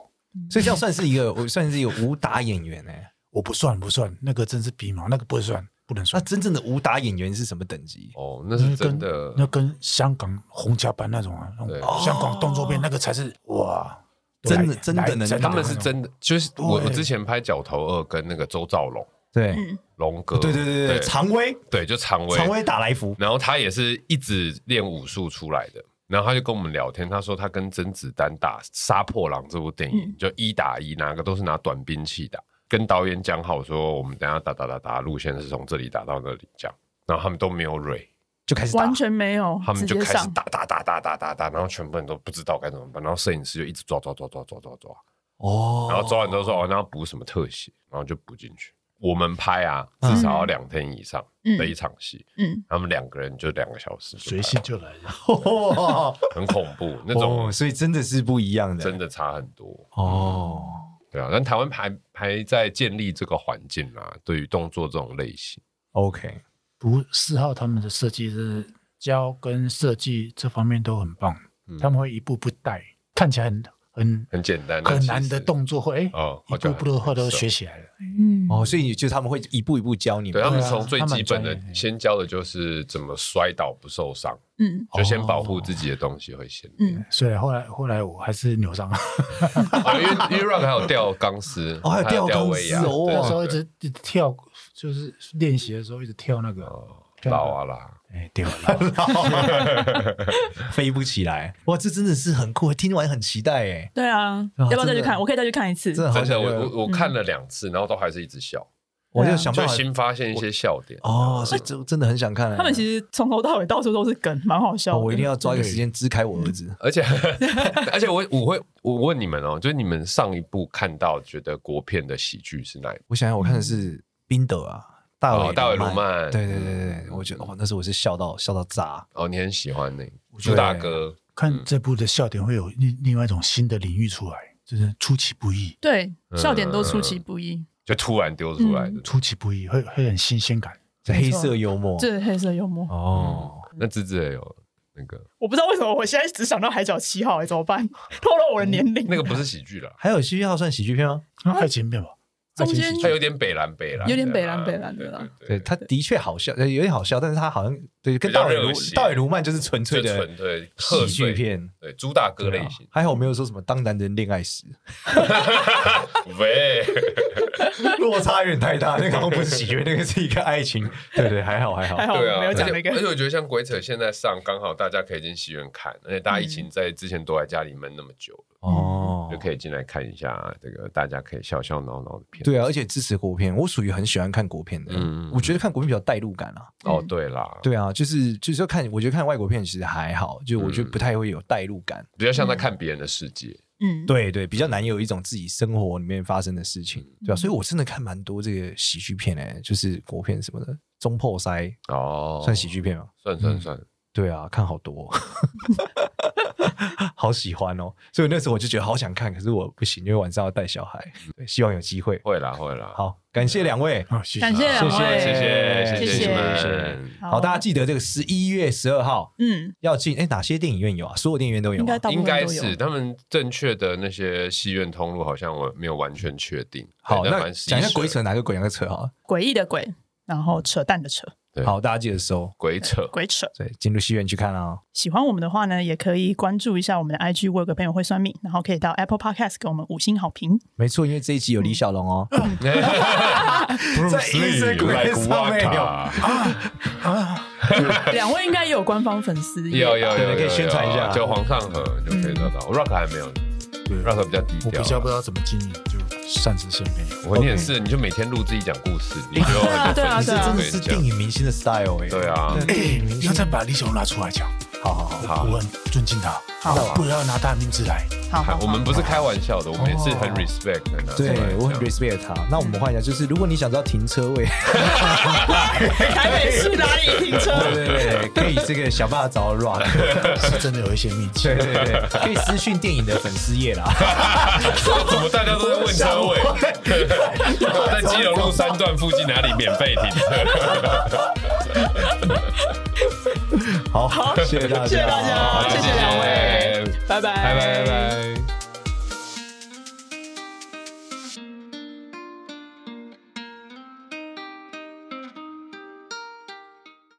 [SPEAKER 3] 所以这样算是一个，我算是一个武打演员哎、
[SPEAKER 5] 我不算不算，那个真是皮毛，那个不算不能
[SPEAKER 3] 那
[SPEAKER 5] 算。
[SPEAKER 3] 真正的武打演员是什么等级？
[SPEAKER 4] 哦，那是啊真的
[SPEAKER 5] 跟。那跟香港红甲班那种啊，那
[SPEAKER 4] 对
[SPEAKER 5] 种香港动作片那个才是哇，
[SPEAKER 3] 真的
[SPEAKER 5] 来
[SPEAKER 3] 真的
[SPEAKER 5] 来
[SPEAKER 3] 能
[SPEAKER 5] 哦真
[SPEAKER 3] 打
[SPEAKER 4] 他们是
[SPEAKER 5] 那种
[SPEAKER 4] 真的，就是我
[SPEAKER 5] 对
[SPEAKER 4] 我之前拍《角头二》跟那个周兆龙
[SPEAKER 3] 对
[SPEAKER 1] 嗯，
[SPEAKER 4] 龙哥，
[SPEAKER 3] 哦对对对对，
[SPEAKER 4] 对
[SPEAKER 3] 常威
[SPEAKER 4] 对就常威
[SPEAKER 3] 常威打来福，
[SPEAKER 4] 然后他也是一直练武术出来的。然后他就跟我们聊天，他说他跟甄子丹打《杀破狼》这部电影，
[SPEAKER 1] 嗯
[SPEAKER 4] 就一打一，哪个都是拿短兵器打，跟导演讲好说，我们等一下打打打打，路线是从这里打到那里这样。然后他们都没有蕊，
[SPEAKER 3] 就开始打
[SPEAKER 1] 完。全没有，
[SPEAKER 4] 他们
[SPEAKER 1] 嗯直
[SPEAKER 4] 就
[SPEAKER 1] 接
[SPEAKER 4] 开始
[SPEAKER 1] 上。
[SPEAKER 4] 打打打打打打打，然后全部人都不知道该怎么办，然后摄影师就一直抓抓抓抓抓抓抓，
[SPEAKER 3] 哦
[SPEAKER 4] 然后抓完之后说哦，那要补什么特写，然后就补进去。我们拍啊，至少要两天以上
[SPEAKER 1] 嗯
[SPEAKER 4] 的一场戏，
[SPEAKER 1] 嗯，
[SPEAKER 4] 他们两个人就两个小时就拍
[SPEAKER 5] 随
[SPEAKER 4] 完，
[SPEAKER 5] 性就来了。
[SPEAKER 3] 哦，
[SPEAKER 4] 很恐怖，那种
[SPEAKER 3] 所以真的哦是不一样的，
[SPEAKER 4] 真的差很多。
[SPEAKER 3] 哦
[SPEAKER 4] 对啊，但台湾还还在建立这个环境啦、对于动作这种类型，
[SPEAKER 3] ，OK，
[SPEAKER 5] 不四号他们的设计是教跟设计这方面都很棒，
[SPEAKER 4] 嗯
[SPEAKER 5] 他们会一步步带，看起来很很
[SPEAKER 4] 很简单，但
[SPEAKER 5] 很
[SPEAKER 4] 其实
[SPEAKER 5] 难的。动作会，哎、
[SPEAKER 4] 哦
[SPEAKER 5] 一步步的话都学起来了。
[SPEAKER 2] 嗯，
[SPEAKER 3] 哦，所以就他们会一步一步教你
[SPEAKER 4] 对
[SPEAKER 3] 们
[SPEAKER 4] 他们
[SPEAKER 5] 对啊
[SPEAKER 4] 从最
[SPEAKER 5] 他们
[SPEAKER 4] 基本
[SPEAKER 5] 很专
[SPEAKER 4] 的
[SPEAKER 5] 业
[SPEAKER 4] 先教的就是怎么摔倒不受伤，
[SPEAKER 1] 嗯
[SPEAKER 4] 就先保护自己的东西会先练，
[SPEAKER 1] 嗯
[SPEAKER 5] 虽然后来后来我还是扭伤了，
[SPEAKER 4] 啊因为因为 Rock 还有吊钢丝，
[SPEAKER 3] 哦还有吊钢丝
[SPEAKER 4] 威亚
[SPEAKER 3] 哦
[SPEAKER 4] 对
[SPEAKER 5] 那时候一
[SPEAKER 4] 对
[SPEAKER 5] 直一直跳，就是练习的时候一直跳那个，
[SPEAKER 4] 对老啊啦，
[SPEAKER 5] 哎、对了，
[SPEAKER 3] 飞不起来，哇，这真的是很酷，听完很期待哎，
[SPEAKER 1] 对啊，
[SPEAKER 3] 啊
[SPEAKER 1] 要不要再
[SPEAKER 3] 真
[SPEAKER 1] 去
[SPEAKER 3] 的
[SPEAKER 1] 看？我可以再去看一次
[SPEAKER 3] 真。的好
[SPEAKER 4] 而且
[SPEAKER 3] 想
[SPEAKER 4] 我
[SPEAKER 3] 我
[SPEAKER 4] 我我看了两次，然后都还是一直笑，
[SPEAKER 3] 我就想
[SPEAKER 4] 就
[SPEAKER 3] 办法
[SPEAKER 4] 新发现一些笑点。
[SPEAKER 3] 哦，所以这真的很想看，
[SPEAKER 1] 他们其
[SPEAKER 3] 实
[SPEAKER 1] 实从头到尾到处都是梗，蛮好笑的。
[SPEAKER 3] 我一定要抓一个时间支开我儿子，
[SPEAKER 4] 而且 而且我我会我问你们哦，就是你们上一部看到觉得国片的喜剧是哪一部？
[SPEAKER 3] 我想想，我
[SPEAKER 1] 嗯
[SPEAKER 3] 看的是宾德啊，大
[SPEAKER 4] 哦
[SPEAKER 3] 伟
[SPEAKER 4] 大伟
[SPEAKER 3] 罗
[SPEAKER 4] 罗曼
[SPEAKER 3] 对对对
[SPEAKER 4] 嗯
[SPEAKER 3] 对，对我觉得哇，那时候我是笑到笑到炸，
[SPEAKER 4] 哦，你很喜欢那个
[SPEAKER 3] 觉得
[SPEAKER 4] 朱大哥，
[SPEAKER 5] 看这部的笑点会有另另外一种新的领域出来，就是出其不意，
[SPEAKER 1] 对笑点都出其不意，
[SPEAKER 4] 就突然丢出来的。
[SPEAKER 1] 嗯
[SPEAKER 5] 出其不意会会很新鲜感。
[SPEAKER 3] 这黑色幽默
[SPEAKER 1] 这是黑色幽默。
[SPEAKER 3] 哦，
[SPEAKER 4] 那芝芝也有那个
[SPEAKER 1] 我不知道为什么我现在只想到海角七号，哎，怎么办？透露我的年龄。啊
[SPEAKER 4] 那个不是喜剧啦，
[SPEAKER 3] 还有戏剧号算喜剧片吗？
[SPEAKER 5] 那爱情片吧，爱
[SPEAKER 1] 中
[SPEAKER 5] 情
[SPEAKER 1] 间
[SPEAKER 5] 喜剧
[SPEAKER 4] 它有点北蓝北蓝的啦，
[SPEAKER 1] 有点北蓝北蓝的啦
[SPEAKER 3] 对，他的确好笑，呃有点好笑，但是他好像对跟
[SPEAKER 4] 比较
[SPEAKER 3] 大尾
[SPEAKER 4] 热
[SPEAKER 3] 卢
[SPEAKER 4] 血
[SPEAKER 3] 大尾卢曼就是纯粹
[SPEAKER 4] 最
[SPEAKER 3] 的
[SPEAKER 4] 纯粹
[SPEAKER 3] 喜剧，片
[SPEAKER 4] 贺岁对朱大哥
[SPEAKER 3] 对
[SPEAKER 4] 类
[SPEAKER 3] 啊
[SPEAKER 4] 型。
[SPEAKER 3] 还好没有说什么当男人恋爱时，
[SPEAKER 4] 喂，啊
[SPEAKER 3] 落差有点太大，那个好像不是喜剧，那个是一个爱情，对对，还好还好
[SPEAKER 1] 还好我
[SPEAKER 4] 对啊，
[SPEAKER 1] 没有讲那
[SPEAKER 4] 而且而且
[SPEAKER 1] 个。
[SPEAKER 4] 我觉得像鬼扯现在上，刚好大家可以进戏院看，而且大家疫
[SPEAKER 1] 嗯
[SPEAKER 4] 情在之前都在家里闷那么久了，
[SPEAKER 3] 哦
[SPEAKER 4] 就。可以进来看一下这个大家可以笑笑闹闹的片。
[SPEAKER 3] 对啊，而且支持国片，我属于很喜欢看国片的。
[SPEAKER 4] 嗯嗯嗯
[SPEAKER 3] 我觉得看国片比较代入感啊。
[SPEAKER 1] 嗯
[SPEAKER 4] 哦，对啦，
[SPEAKER 3] 对啊，就是就是说看，我觉得看外国片其实还好，就我觉得
[SPEAKER 4] 嗯
[SPEAKER 3] 不太会有代入感。
[SPEAKER 4] 比较像在看别人的世界。
[SPEAKER 1] 嗯，
[SPEAKER 3] 对对，比较难有一种自己生活里面发生的事情，
[SPEAKER 4] 嗯
[SPEAKER 3] 对啊，所以我真的看蛮多这个喜剧片诶、就是国片什么的，《中破塞》
[SPEAKER 4] 哦，
[SPEAKER 3] 算喜，剧片吗？
[SPEAKER 4] 算算算，
[SPEAKER 3] 对啊，看好多、 好喜欢哦。所以那时候我就觉得好想看，可是我不行，因为晚上要带小孩。
[SPEAKER 4] 嗯
[SPEAKER 3] 对，希望有机会。
[SPEAKER 4] 会啦会啦。，
[SPEAKER 3] 好，感谢两位。
[SPEAKER 5] 啊，谢
[SPEAKER 1] 感谢两位，
[SPEAKER 4] 谢谢
[SPEAKER 1] 谢
[SPEAKER 4] 谢
[SPEAKER 1] 谢
[SPEAKER 4] 你
[SPEAKER 3] 谢
[SPEAKER 4] 们。
[SPEAKER 1] 好
[SPEAKER 3] 好，大家记得这个十一月十二号
[SPEAKER 1] 嗯，
[SPEAKER 3] 要进，哎，哪些电影院有啊？所有电影院都有
[SPEAKER 1] 应
[SPEAKER 3] 吗
[SPEAKER 1] 该？大
[SPEAKER 4] 应
[SPEAKER 1] 部分
[SPEAKER 4] 该
[SPEAKER 1] 都有
[SPEAKER 4] 是。他们正确的那些戏院通路，好像我没有完全确定。
[SPEAKER 3] 好，
[SPEAKER 4] 对
[SPEAKER 3] 那
[SPEAKER 4] 反正
[SPEAKER 3] 讲一下
[SPEAKER 4] 11
[SPEAKER 3] 鬼扯哪个鬼哪个扯好了。
[SPEAKER 1] 诡异的鬼，然后扯淡的扯，
[SPEAKER 4] 对
[SPEAKER 3] 好，大家记得收。
[SPEAKER 4] 鬼扯，
[SPEAKER 1] 鬼扯。
[SPEAKER 3] 对，进入戏院去看啊、哦。
[SPEAKER 1] 喜欢我们的话呢，也可以关注一下我们的 IG。我有个朋友会算命，然后可以到 Apple Podcast 给我们五星好评。
[SPEAKER 3] 没错，因为这一集有李小龙哦。
[SPEAKER 1] 嗯
[SPEAKER 3] 在
[SPEAKER 4] Bruce Lee，
[SPEAKER 3] Instagram
[SPEAKER 4] like
[SPEAKER 3] 上面有
[SPEAKER 4] Waka
[SPEAKER 1] 两位应该也有官方粉丝页，
[SPEAKER 4] 有有有
[SPEAKER 3] 对
[SPEAKER 4] 有，
[SPEAKER 3] 可以
[SPEAKER 4] 有
[SPEAKER 3] 宣传一下
[SPEAKER 4] 就皇上河就可以得到。我 Rock 还没有
[SPEAKER 5] 对
[SPEAKER 4] ，Rock 比较低
[SPEAKER 5] 我
[SPEAKER 4] 调
[SPEAKER 5] 比较不知。道怎么经营，就擅自身边。
[SPEAKER 4] 我念是，你就每天录自己讲故事，你就有很
[SPEAKER 1] 对
[SPEAKER 4] 多
[SPEAKER 1] 啊
[SPEAKER 4] 粉
[SPEAKER 1] 对啊对
[SPEAKER 3] 真
[SPEAKER 4] 丝
[SPEAKER 1] 啊
[SPEAKER 3] 的
[SPEAKER 4] 可以
[SPEAKER 3] 是
[SPEAKER 4] 讲
[SPEAKER 3] 电影明星的 style 哎、
[SPEAKER 4] 对啊
[SPEAKER 3] 真的电影明
[SPEAKER 5] 不
[SPEAKER 3] 星
[SPEAKER 5] 要。再把李小龙拿出来讲，
[SPEAKER 3] 好好好，
[SPEAKER 4] 好
[SPEAKER 5] 我很尊敬他，
[SPEAKER 1] 好
[SPEAKER 5] 不要拿他的名字来。
[SPEAKER 1] 好好
[SPEAKER 4] 看
[SPEAKER 1] 好，
[SPEAKER 4] 我们不是开玩笑的，我们也是很 respect 的啊那种。
[SPEAKER 3] 对我 很
[SPEAKER 4] 这样
[SPEAKER 3] respect 他。那我们换一下，就是如果你想知道停车位，
[SPEAKER 1] 台北市哪里停车？
[SPEAKER 3] 哦 对对对， 可以这个想办法找到 Rock。
[SPEAKER 5] 是真的有一些秘籍
[SPEAKER 3] 对。对对，可以私讯电影的粉丝页啦。
[SPEAKER 4] 怎么大家都在问车位？在基隆路三段附近哪里免费停车？
[SPEAKER 3] 好，谢谢大家，
[SPEAKER 1] 谢谢大家好谢谢两位
[SPEAKER 4] 谢谢，
[SPEAKER 1] 拜拜
[SPEAKER 4] 拜拜拜拜。